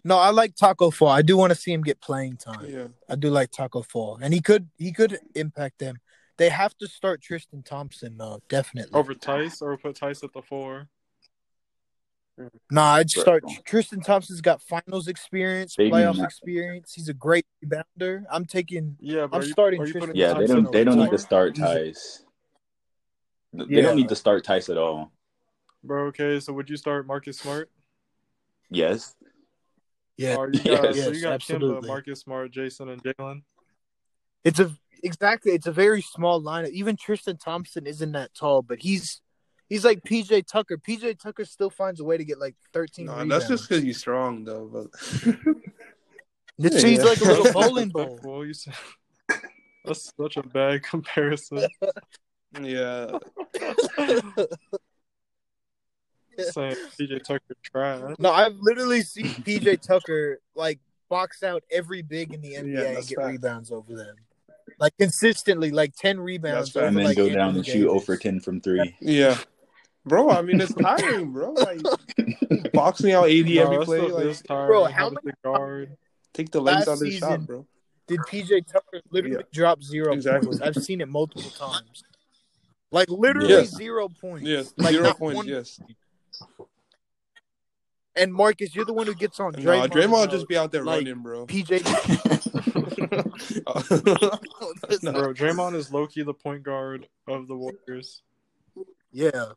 [SPEAKER 1] No, I like Taco Fall. I do want to see him get playing time.
[SPEAKER 4] Yeah.
[SPEAKER 1] I do like Taco Fall, and he could he could impact them. They have to start Tristan Thompson though, definitely.
[SPEAKER 2] Over Tice or put Tice at the four.
[SPEAKER 1] Nah, I'd start
[SPEAKER 3] Bro.
[SPEAKER 1] Tristan Thompson's got finals experience,
[SPEAKER 3] They do
[SPEAKER 1] playoffs
[SPEAKER 3] not-
[SPEAKER 1] experience. He's a great rebounder. I'm taking
[SPEAKER 2] Yeah, but
[SPEAKER 1] I'm
[SPEAKER 2] are you,
[SPEAKER 1] starting
[SPEAKER 2] are you
[SPEAKER 1] Tristan
[SPEAKER 2] putting
[SPEAKER 3] Yeah, they
[SPEAKER 2] Tice
[SPEAKER 3] don't
[SPEAKER 2] at
[SPEAKER 3] they don't need
[SPEAKER 2] four?
[SPEAKER 3] to start
[SPEAKER 1] He's a-
[SPEAKER 3] Tice. They
[SPEAKER 1] Yeah.
[SPEAKER 3] don't need to start Tice at all.
[SPEAKER 2] Bro, okay, so would you start Marcus Smart?
[SPEAKER 3] Yes.
[SPEAKER 1] Yeah.
[SPEAKER 2] Or you got,
[SPEAKER 3] Yes.
[SPEAKER 2] so you
[SPEAKER 1] Yes,
[SPEAKER 2] got Kimba,
[SPEAKER 1] absolutely.
[SPEAKER 2] Marcus Smart, Jason, and Jalen.
[SPEAKER 1] It's a exactly it's a very small lineup. Even Tristan Thompson isn't that tall, but he's he's like PJ Tucker. PJ Tucker still finds a way to get like 13
[SPEAKER 4] No,
[SPEAKER 1] rebounds.
[SPEAKER 4] that's just because you're strong, though. But
[SPEAKER 1] This- he's
[SPEAKER 4] Yeah.
[SPEAKER 1] like a little
[SPEAKER 2] That's
[SPEAKER 1] bowling ball.
[SPEAKER 2] disrespectful. You said- That's such a bad comparison.
[SPEAKER 4] yeah,
[SPEAKER 2] Saying PJ Tucker trash.
[SPEAKER 1] No, I've literally seen PJ Tucker like box out every big in the NBA and
[SPEAKER 4] that's
[SPEAKER 1] get
[SPEAKER 4] facts.
[SPEAKER 1] rebounds over them, like consistently, like ten rebounds.
[SPEAKER 4] That's
[SPEAKER 1] over,
[SPEAKER 3] And
[SPEAKER 4] facts.
[SPEAKER 3] then
[SPEAKER 1] like,
[SPEAKER 3] go down
[SPEAKER 1] Anthony
[SPEAKER 3] and shoot
[SPEAKER 1] Davis.
[SPEAKER 3] over ten from three.
[SPEAKER 4] yeah, bro. I mean, it's tiring, bro. Like boxing out AD
[SPEAKER 2] No,
[SPEAKER 4] every
[SPEAKER 2] that's
[SPEAKER 4] play,
[SPEAKER 2] not
[SPEAKER 4] like
[SPEAKER 2] this time.
[SPEAKER 1] Bro,
[SPEAKER 2] You
[SPEAKER 1] how
[SPEAKER 2] have it to guard.
[SPEAKER 4] take the legs
[SPEAKER 1] Last
[SPEAKER 4] out of the
[SPEAKER 1] season-
[SPEAKER 4] shot, bro.
[SPEAKER 1] Did PJ Tucker literally
[SPEAKER 4] Yeah.
[SPEAKER 1] drop zero
[SPEAKER 4] Exactly.
[SPEAKER 1] points? I've seen it multiple times, like literally
[SPEAKER 4] Yes.
[SPEAKER 1] zero points.
[SPEAKER 4] Yes,
[SPEAKER 1] like
[SPEAKER 4] zero
[SPEAKER 1] not
[SPEAKER 4] points.
[SPEAKER 1] one-
[SPEAKER 4] Yes.
[SPEAKER 1] And Marcus, you're the one who gets on
[SPEAKER 4] No,
[SPEAKER 1] Draymond.
[SPEAKER 4] Draymond
[SPEAKER 1] about
[SPEAKER 4] just be out there
[SPEAKER 1] like-
[SPEAKER 4] running, bro. Uh,
[SPEAKER 1] PJ.
[SPEAKER 2] Bro, Draymond is Loki, the point guard of the Warriors.
[SPEAKER 1] Yeah,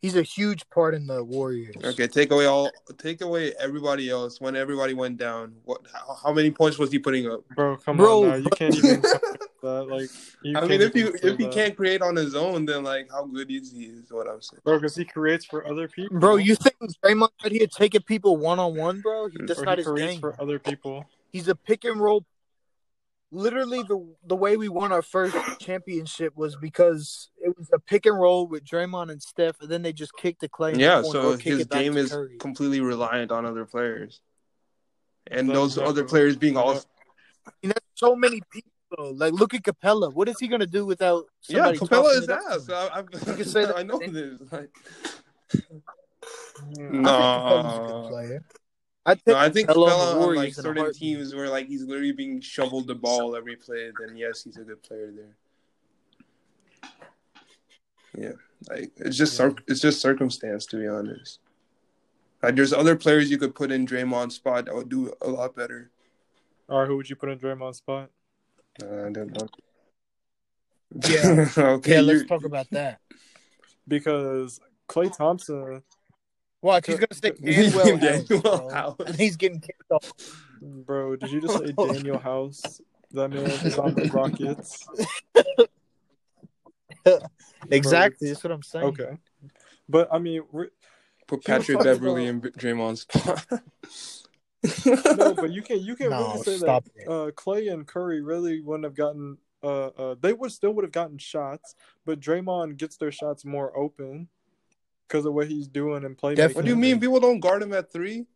[SPEAKER 1] he's a huge part in the Warriors.
[SPEAKER 4] okay, take away all, take away everybody else. When everybody went down, what? How, how many points was he putting up?
[SPEAKER 2] Bro, come
[SPEAKER 1] Bro,
[SPEAKER 2] on now. You can't even that. Like, you
[SPEAKER 4] I
[SPEAKER 2] can't
[SPEAKER 4] mean, if
[SPEAKER 2] even
[SPEAKER 4] you
[SPEAKER 2] say
[SPEAKER 4] if he
[SPEAKER 2] that.
[SPEAKER 4] can't create on his own, then like how good is he? Is what I'm saying.
[SPEAKER 2] bro, because he creates for other people,
[SPEAKER 1] Bro, you think Draymond out here taking people one on one, bro? He, that's
[SPEAKER 2] or
[SPEAKER 1] not
[SPEAKER 2] he
[SPEAKER 1] his
[SPEAKER 2] creates
[SPEAKER 1] game.
[SPEAKER 2] for other people.
[SPEAKER 1] He's a pick and roll. Literally, the the way we won our first championship was because it was a pick and roll with Draymond and Steph, and then they just kicked the clay. in the
[SPEAKER 4] Yeah,
[SPEAKER 1] corner
[SPEAKER 4] so
[SPEAKER 1] or kick
[SPEAKER 4] his
[SPEAKER 1] it back
[SPEAKER 4] game
[SPEAKER 1] to
[SPEAKER 4] is
[SPEAKER 1] Curry.
[SPEAKER 4] completely reliant on other players, and
[SPEAKER 2] That's
[SPEAKER 4] those
[SPEAKER 2] exactly
[SPEAKER 4] other
[SPEAKER 2] what-
[SPEAKER 4] players being all.
[SPEAKER 1] And that's so many people. though. Like, look at Capella. What is he gonna do without?
[SPEAKER 4] Yeah,
[SPEAKER 1] Somebody
[SPEAKER 4] Capella
[SPEAKER 1] tossing
[SPEAKER 4] is
[SPEAKER 1] it up to
[SPEAKER 4] ass.
[SPEAKER 1] him?
[SPEAKER 4] I, I,
[SPEAKER 1] can say that.
[SPEAKER 4] I know this. Like,
[SPEAKER 1] I think
[SPEAKER 4] No.
[SPEAKER 1] Capella's a good player. I think
[SPEAKER 4] no, I think
[SPEAKER 1] Capella on the
[SPEAKER 4] Capella on like
[SPEAKER 1] Warriors in a
[SPEAKER 4] certain
[SPEAKER 1] heartbeat.
[SPEAKER 4] teams where like he's literally being shoveled the ball every play. Then yes, he's a good player there. Yeah, like it's just cir- it's just circumstance to be honest. Like there's other players you could put in Draymond's spot that would do a lot better.
[SPEAKER 2] All right, who would you put in Draymond's spot?
[SPEAKER 4] Uh, I don't know.
[SPEAKER 1] Yeah.
[SPEAKER 4] okay.
[SPEAKER 1] yeah,
[SPEAKER 4] you're-
[SPEAKER 1] let's talk about that.
[SPEAKER 2] Because Clay Thompson,
[SPEAKER 1] Watch, he's gonna say Danwell House,
[SPEAKER 4] Danwell
[SPEAKER 1] bro.
[SPEAKER 4] House.
[SPEAKER 1] and he's getting kicked off.
[SPEAKER 2] bro, did you just say Daniel House? That man is on the Rockets.
[SPEAKER 1] Exactly, that's what I'm saying.
[SPEAKER 2] Okay, but I mean, we're,
[SPEAKER 4] Put
[SPEAKER 2] He was
[SPEAKER 4] Patrick
[SPEAKER 2] talking
[SPEAKER 4] Beverly in Draymond's spot.
[SPEAKER 2] no, but you can you can
[SPEAKER 1] No,
[SPEAKER 2] really say
[SPEAKER 1] stop
[SPEAKER 2] that
[SPEAKER 1] it.
[SPEAKER 2] uh, Clay and Curry really wouldn't have gotten. Uh, uh, they would still would have gotten shots, but Draymond gets their shots more open because of what he's doing and playmaking.
[SPEAKER 1] Definitely.
[SPEAKER 4] what do you mean people don't guard him at three?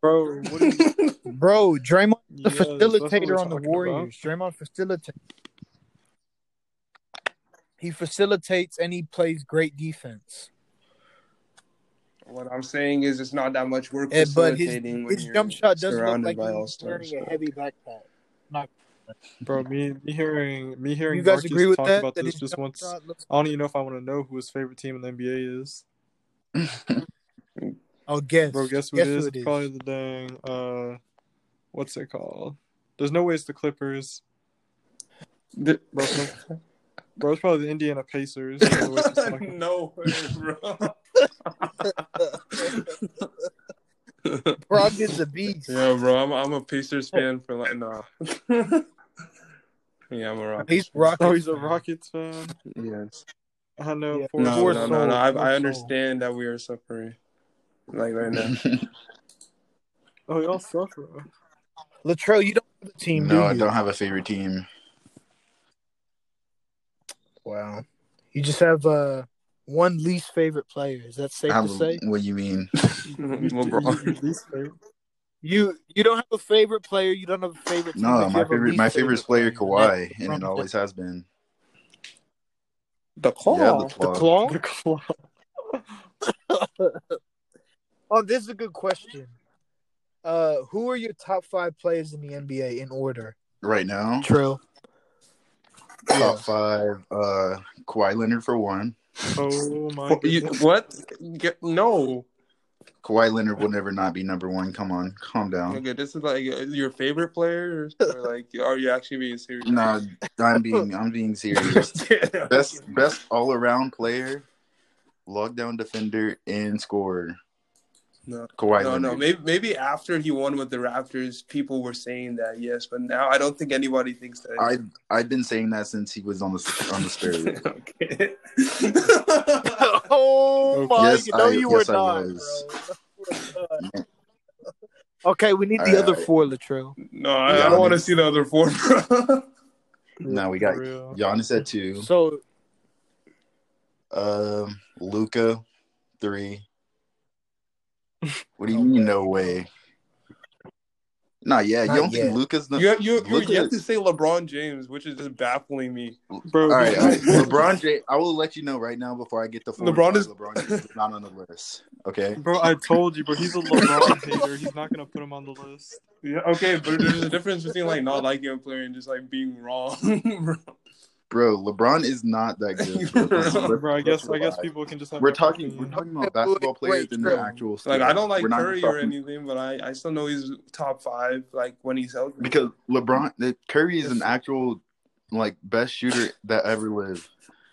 [SPEAKER 2] bro? What do you,
[SPEAKER 1] Bro, Draymond the
[SPEAKER 2] Yes, Oh. that's what we're
[SPEAKER 1] facilitator on the
[SPEAKER 2] talking
[SPEAKER 1] Warriors. Draymond facilitates. He facilitates and he plays great defense.
[SPEAKER 4] What I'm saying is it's not that much work
[SPEAKER 1] Eh, but his,
[SPEAKER 4] facilitating when
[SPEAKER 1] his
[SPEAKER 4] you're
[SPEAKER 1] jump shot does look
[SPEAKER 4] surrounded
[SPEAKER 1] like
[SPEAKER 4] by all
[SPEAKER 1] he's
[SPEAKER 4] stars.
[SPEAKER 1] carrying a heavy backpack. Not,
[SPEAKER 2] Bro, me, me hearing me hearing
[SPEAKER 1] you guys
[SPEAKER 2] Marcus
[SPEAKER 1] agree with
[SPEAKER 2] talk
[SPEAKER 1] that?
[SPEAKER 2] about
[SPEAKER 1] that
[SPEAKER 2] this
[SPEAKER 1] his
[SPEAKER 2] just
[SPEAKER 1] jump
[SPEAKER 2] once.
[SPEAKER 1] shot looks-
[SPEAKER 2] I don't even know if I want to know who his favorite team in the NBA is.
[SPEAKER 1] oh, guess.
[SPEAKER 2] Bro, guess who
[SPEAKER 1] guess
[SPEAKER 2] it is?
[SPEAKER 1] who
[SPEAKER 2] It's probably the dang uh, what's it called? There's no way it's the Clippers.
[SPEAKER 4] The-
[SPEAKER 2] Bro, it's, no- bro, it's probably the Indiana Pacers. There's no way it's the fucking-
[SPEAKER 4] no way, bro.
[SPEAKER 1] Brogdon's a beast.
[SPEAKER 4] yeah, bro, I'm, I'm a Pacers fan for like, nah. yeah, I'm a rock.
[SPEAKER 1] He's Rockets.
[SPEAKER 2] Oh, he's a
[SPEAKER 1] fan.
[SPEAKER 2] Rockets fan.
[SPEAKER 4] Yes.
[SPEAKER 2] I know.
[SPEAKER 1] Yeah.
[SPEAKER 2] poor
[SPEAKER 4] No,
[SPEAKER 2] soul.
[SPEAKER 4] no, no, no. I,
[SPEAKER 1] soul.
[SPEAKER 4] I understand that we are suffering. Like right now.
[SPEAKER 2] Oh, y'all suffer.
[SPEAKER 1] Latrell, you don't have a team, do
[SPEAKER 3] no, I
[SPEAKER 1] you?
[SPEAKER 3] don't have a favorite team.
[SPEAKER 1] Wow. You just have uh, one least favorite player. Is that safe
[SPEAKER 3] I have
[SPEAKER 1] to say?
[SPEAKER 3] a- what do you mean?
[SPEAKER 4] LeBron.
[SPEAKER 1] You you don't have a favorite player. You don't have a favorite. team,
[SPEAKER 3] No,
[SPEAKER 1] but you
[SPEAKER 3] my
[SPEAKER 1] have a
[SPEAKER 3] favorite
[SPEAKER 1] least
[SPEAKER 3] my favorite player Kawhi,
[SPEAKER 1] and
[SPEAKER 3] and
[SPEAKER 1] that-
[SPEAKER 3] it always has been.
[SPEAKER 4] The claw.
[SPEAKER 3] Yeah, the
[SPEAKER 5] The
[SPEAKER 3] claw.
[SPEAKER 5] claw?
[SPEAKER 2] The claw.
[SPEAKER 1] Oh, this is a good question. Uh, who are your top five players in the NBA in order?
[SPEAKER 3] Right now,
[SPEAKER 1] True.
[SPEAKER 3] top five, uh, Kawhi Leonard for one.
[SPEAKER 2] Oh my
[SPEAKER 4] What- you-
[SPEAKER 2] goodness.
[SPEAKER 4] what? Get- no.
[SPEAKER 3] Kawhi Leonard will never not be number one. Come on, calm down.
[SPEAKER 4] Okay, this is like your favorite player, or, or like, are you actually being serious?
[SPEAKER 3] No, I'm being I'm being serious.
[SPEAKER 4] Damn.
[SPEAKER 3] best best all around player, lockdown defender, and scorer.
[SPEAKER 4] No.
[SPEAKER 3] Kawhi
[SPEAKER 4] No,
[SPEAKER 3] Leonard.
[SPEAKER 4] no. Maybe, maybe after he won with the Raptors, people were saying that, yes, but now I don't think anybody thinks that.
[SPEAKER 3] I I've been saying that since he was on the on the Spurs.
[SPEAKER 4] okay.
[SPEAKER 1] oh my!
[SPEAKER 3] Yes,
[SPEAKER 1] no,
[SPEAKER 3] I-
[SPEAKER 1] you
[SPEAKER 3] yes,
[SPEAKER 1] were
[SPEAKER 3] I
[SPEAKER 1] not,
[SPEAKER 3] was.
[SPEAKER 1] bro. No, you were not. okay, we need the
[SPEAKER 3] All
[SPEAKER 1] other
[SPEAKER 3] right.
[SPEAKER 1] four, Latrell.
[SPEAKER 4] no, I,
[SPEAKER 3] Yeah,
[SPEAKER 4] I don't want to
[SPEAKER 3] man.
[SPEAKER 4] see the other four, bro.
[SPEAKER 3] now we got
[SPEAKER 2] For real.
[SPEAKER 3] Giannis at two,
[SPEAKER 1] So
[SPEAKER 3] um, Luca three. What do you
[SPEAKER 1] No
[SPEAKER 3] mean?
[SPEAKER 1] way.
[SPEAKER 3] No way. Nah, yeah,
[SPEAKER 1] Not
[SPEAKER 3] you don't
[SPEAKER 1] yet.
[SPEAKER 3] think Luca's the
[SPEAKER 4] You have, you, you,
[SPEAKER 3] Look
[SPEAKER 4] you have
[SPEAKER 3] at-
[SPEAKER 4] to say LeBron James, which is just baffling me.
[SPEAKER 2] Bro,
[SPEAKER 3] All right, all right.
[SPEAKER 2] this-
[SPEAKER 3] LeBron James. I will let you know right now before I get the four.
[SPEAKER 4] LeBron is-
[SPEAKER 3] LeBron James is not on the list. Okay.
[SPEAKER 2] Bro, I told you, bro. He's a LeBron hater. He's not gonna put him on the list.
[SPEAKER 4] Yeah, okay, but there's a difference between like not liking a player and just like being wrong. bro.
[SPEAKER 3] Bro, LeBron is not that good. Let's-
[SPEAKER 2] Bro, I guess I guess
[SPEAKER 3] let's
[SPEAKER 2] people can just have.
[SPEAKER 3] We're
[SPEAKER 2] different
[SPEAKER 3] talking. We're
[SPEAKER 2] opinions.
[SPEAKER 3] talking about basketball
[SPEAKER 1] Wait,
[SPEAKER 3] players
[SPEAKER 1] wait,
[SPEAKER 3] in their
[SPEAKER 1] True.
[SPEAKER 3] actual.
[SPEAKER 4] Like I don't like
[SPEAKER 3] We're not
[SPEAKER 4] Curry
[SPEAKER 3] talking-
[SPEAKER 4] or anything, but I, I still know he's top five. Like when he's healthy.
[SPEAKER 3] Because LeBron, the, Curry is an actual, like best shooter that ever lived.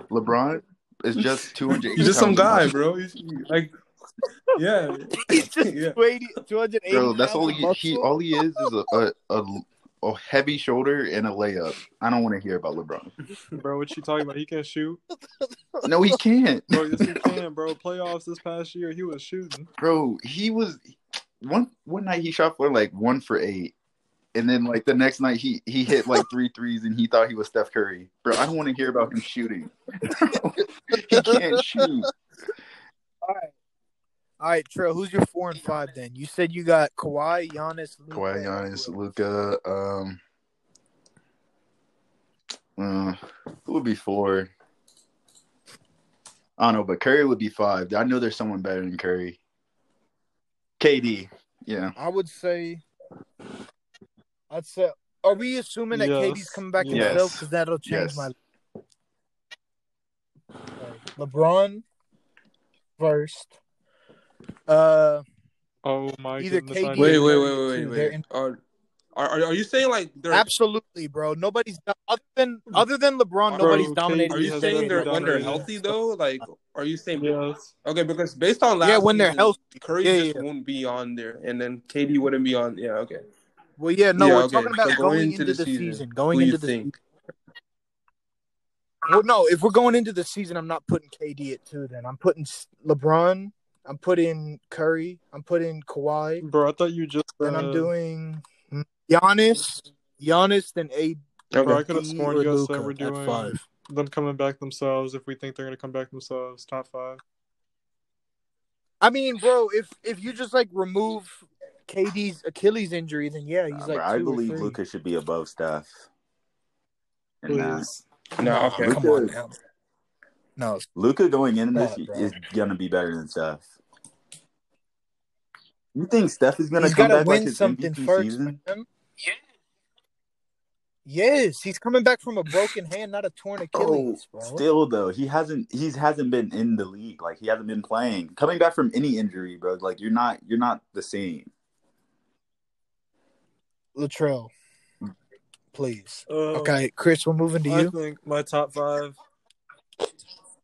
[SPEAKER 3] LeBron is just two hundred.
[SPEAKER 4] he's just some guy, bro. He's, like yeah,
[SPEAKER 1] he's just
[SPEAKER 4] Yeah.
[SPEAKER 1] 280, 280
[SPEAKER 3] Bro, that's all
[SPEAKER 1] pounds of
[SPEAKER 3] he, he.
[SPEAKER 1] muscle?
[SPEAKER 3] All he is is a a, a a heavy shoulder and a layup. I don't want to hear about LeBron.
[SPEAKER 2] Bro, what you talking about? He can shoot.
[SPEAKER 3] No, he can't.
[SPEAKER 2] Bro, yes he can, bro. Playoffs this past year, he was shooting.
[SPEAKER 3] bro he was one one night he shot for like one for eight and then like the next night he he hit like three threes and he thought he was steph curry bro i don't want to hear about him shooting he can't shoot
[SPEAKER 1] All right. All right, Trill, who's your four and five then? You said you got Kawhi, Giannis, Luka,
[SPEAKER 3] Kawhi, Giannis, luca um uh, who would be four i don't know but curry would be five i know there's someone better than curry kd yeah
[SPEAKER 1] I would say, I'd say, are we assuming that
[SPEAKER 2] Yes.
[SPEAKER 1] KD's coming back
[SPEAKER 2] Yes.
[SPEAKER 1] himself? Because that'll change
[SPEAKER 3] Yes.
[SPEAKER 1] my. Okay. LeBron first. Uh,
[SPEAKER 2] Oh my
[SPEAKER 1] Either
[SPEAKER 2] goodness!
[SPEAKER 1] KD
[SPEAKER 2] I
[SPEAKER 1] Wait,
[SPEAKER 4] wait, wait,
[SPEAKER 2] knew-
[SPEAKER 1] wait, wait,
[SPEAKER 4] wait,
[SPEAKER 1] wait,
[SPEAKER 4] wait,
[SPEAKER 1] wait. They're
[SPEAKER 4] wait.
[SPEAKER 1] in-
[SPEAKER 4] Are are are you saying like they're?
[SPEAKER 1] absolutely, bro. Nobody's other than other than LeBron.
[SPEAKER 2] Bro,
[SPEAKER 1] nobody's
[SPEAKER 2] KD
[SPEAKER 1] dominated.
[SPEAKER 4] Are
[SPEAKER 2] He
[SPEAKER 4] you
[SPEAKER 2] has
[SPEAKER 4] saying
[SPEAKER 2] been
[SPEAKER 4] they're when they're
[SPEAKER 2] dominated.
[SPEAKER 4] healthy though? Like, are you saying
[SPEAKER 2] Yes.
[SPEAKER 4] okay? Because based on last
[SPEAKER 1] Yeah, when they're
[SPEAKER 4] season,
[SPEAKER 1] healthy.
[SPEAKER 4] Curry
[SPEAKER 1] Yeah,
[SPEAKER 4] just
[SPEAKER 1] yeah.
[SPEAKER 4] won't be on there, and then KD wouldn't be on. Yeah, okay.
[SPEAKER 1] Well, yeah, no,
[SPEAKER 4] Yeah,
[SPEAKER 1] we're
[SPEAKER 4] okay.
[SPEAKER 1] talking about
[SPEAKER 4] So
[SPEAKER 1] going, into, the season. Going
[SPEAKER 4] Who
[SPEAKER 1] into
[SPEAKER 4] you
[SPEAKER 1] the
[SPEAKER 4] think?
[SPEAKER 1] Well, no, if we're going into the season, I'm not putting KD at two. Then I'm putting S- LeBron. I'm putting Curry. I'm putting Kawhi.
[SPEAKER 2] Bro, I thought you just.
[SPEAKER 1] Then I'm
[SPEAKER 2] said-
[SPEAKER 1] doing hmm, Giannis. Giannis. Then AD
[SPEAKER 2] Bro, I
[SPEAKER 4] Okay.
[SPEAKER 2] could have
[SPEAKER 1] or
[SPEAKER 2] sworn you guys
[SPEAKER 1] Luka
[SPEAKER 2] said we're
[SPEAKER 1] at
[SPEAKER 2] doing
[SPEAKER 1] five.
[SPEAKER 2] them coming back themselves. If we think they're gonna come back themselves, top five.
[SPEAKER 1] I mean, bro, if if you just like remove KD's Achilles injury, then yeah, he's
[SPEAKER 3] Nah,
[SPEAKER 1] like
[SPEAKER 3] bro,
[SPEAKER 1] two
[SPEAKER 3] i believe
[SPEAKER 1] or three.
[SPEAKER 3] luca should be above steph and that
[SPEAKER 2] Please.
[SPEAKER 4] No, okay.
[SPEAKER 1] come on now. No,
[SPEAKER 3] Luca going into this
[SPEAKER 1] Bad, bro.
[SPEAKER 3] is gonna be better than Steph. You think Steph is gonna
[SPEAKER 1] he's
[SPEAKER 3] come
[SPEAKER 1] got to
[SPEAKER 3] back like
[SPEAKER 1] win
[SPEAKER 3] his
[SPEAKER 1] something
[SPEAKER 3] MVP
[SPEAKER 1] first.
[SPEAKER 3] season?
[SPEAKER 1] man. Yes, he's coming back from a broken hand, not a torn
[SPEAKER 3] Oh,
[SPEAKER 1] Achilles, bro.
[SPEAKER 3] still though, he hasn't he hasn't been in the league. Like he hasn't been playing. Coming back from any injury, bro. Like you're not you're not the same.
[SPEAKER 1] Latrell, please.
[SPEAKER 2] Um,
[SPEAKER 1] Okay, Chris, we're moving to
[SPEAKER 2] I
[SPEAKER 1] you.
[SPEAKER 2] think my top five.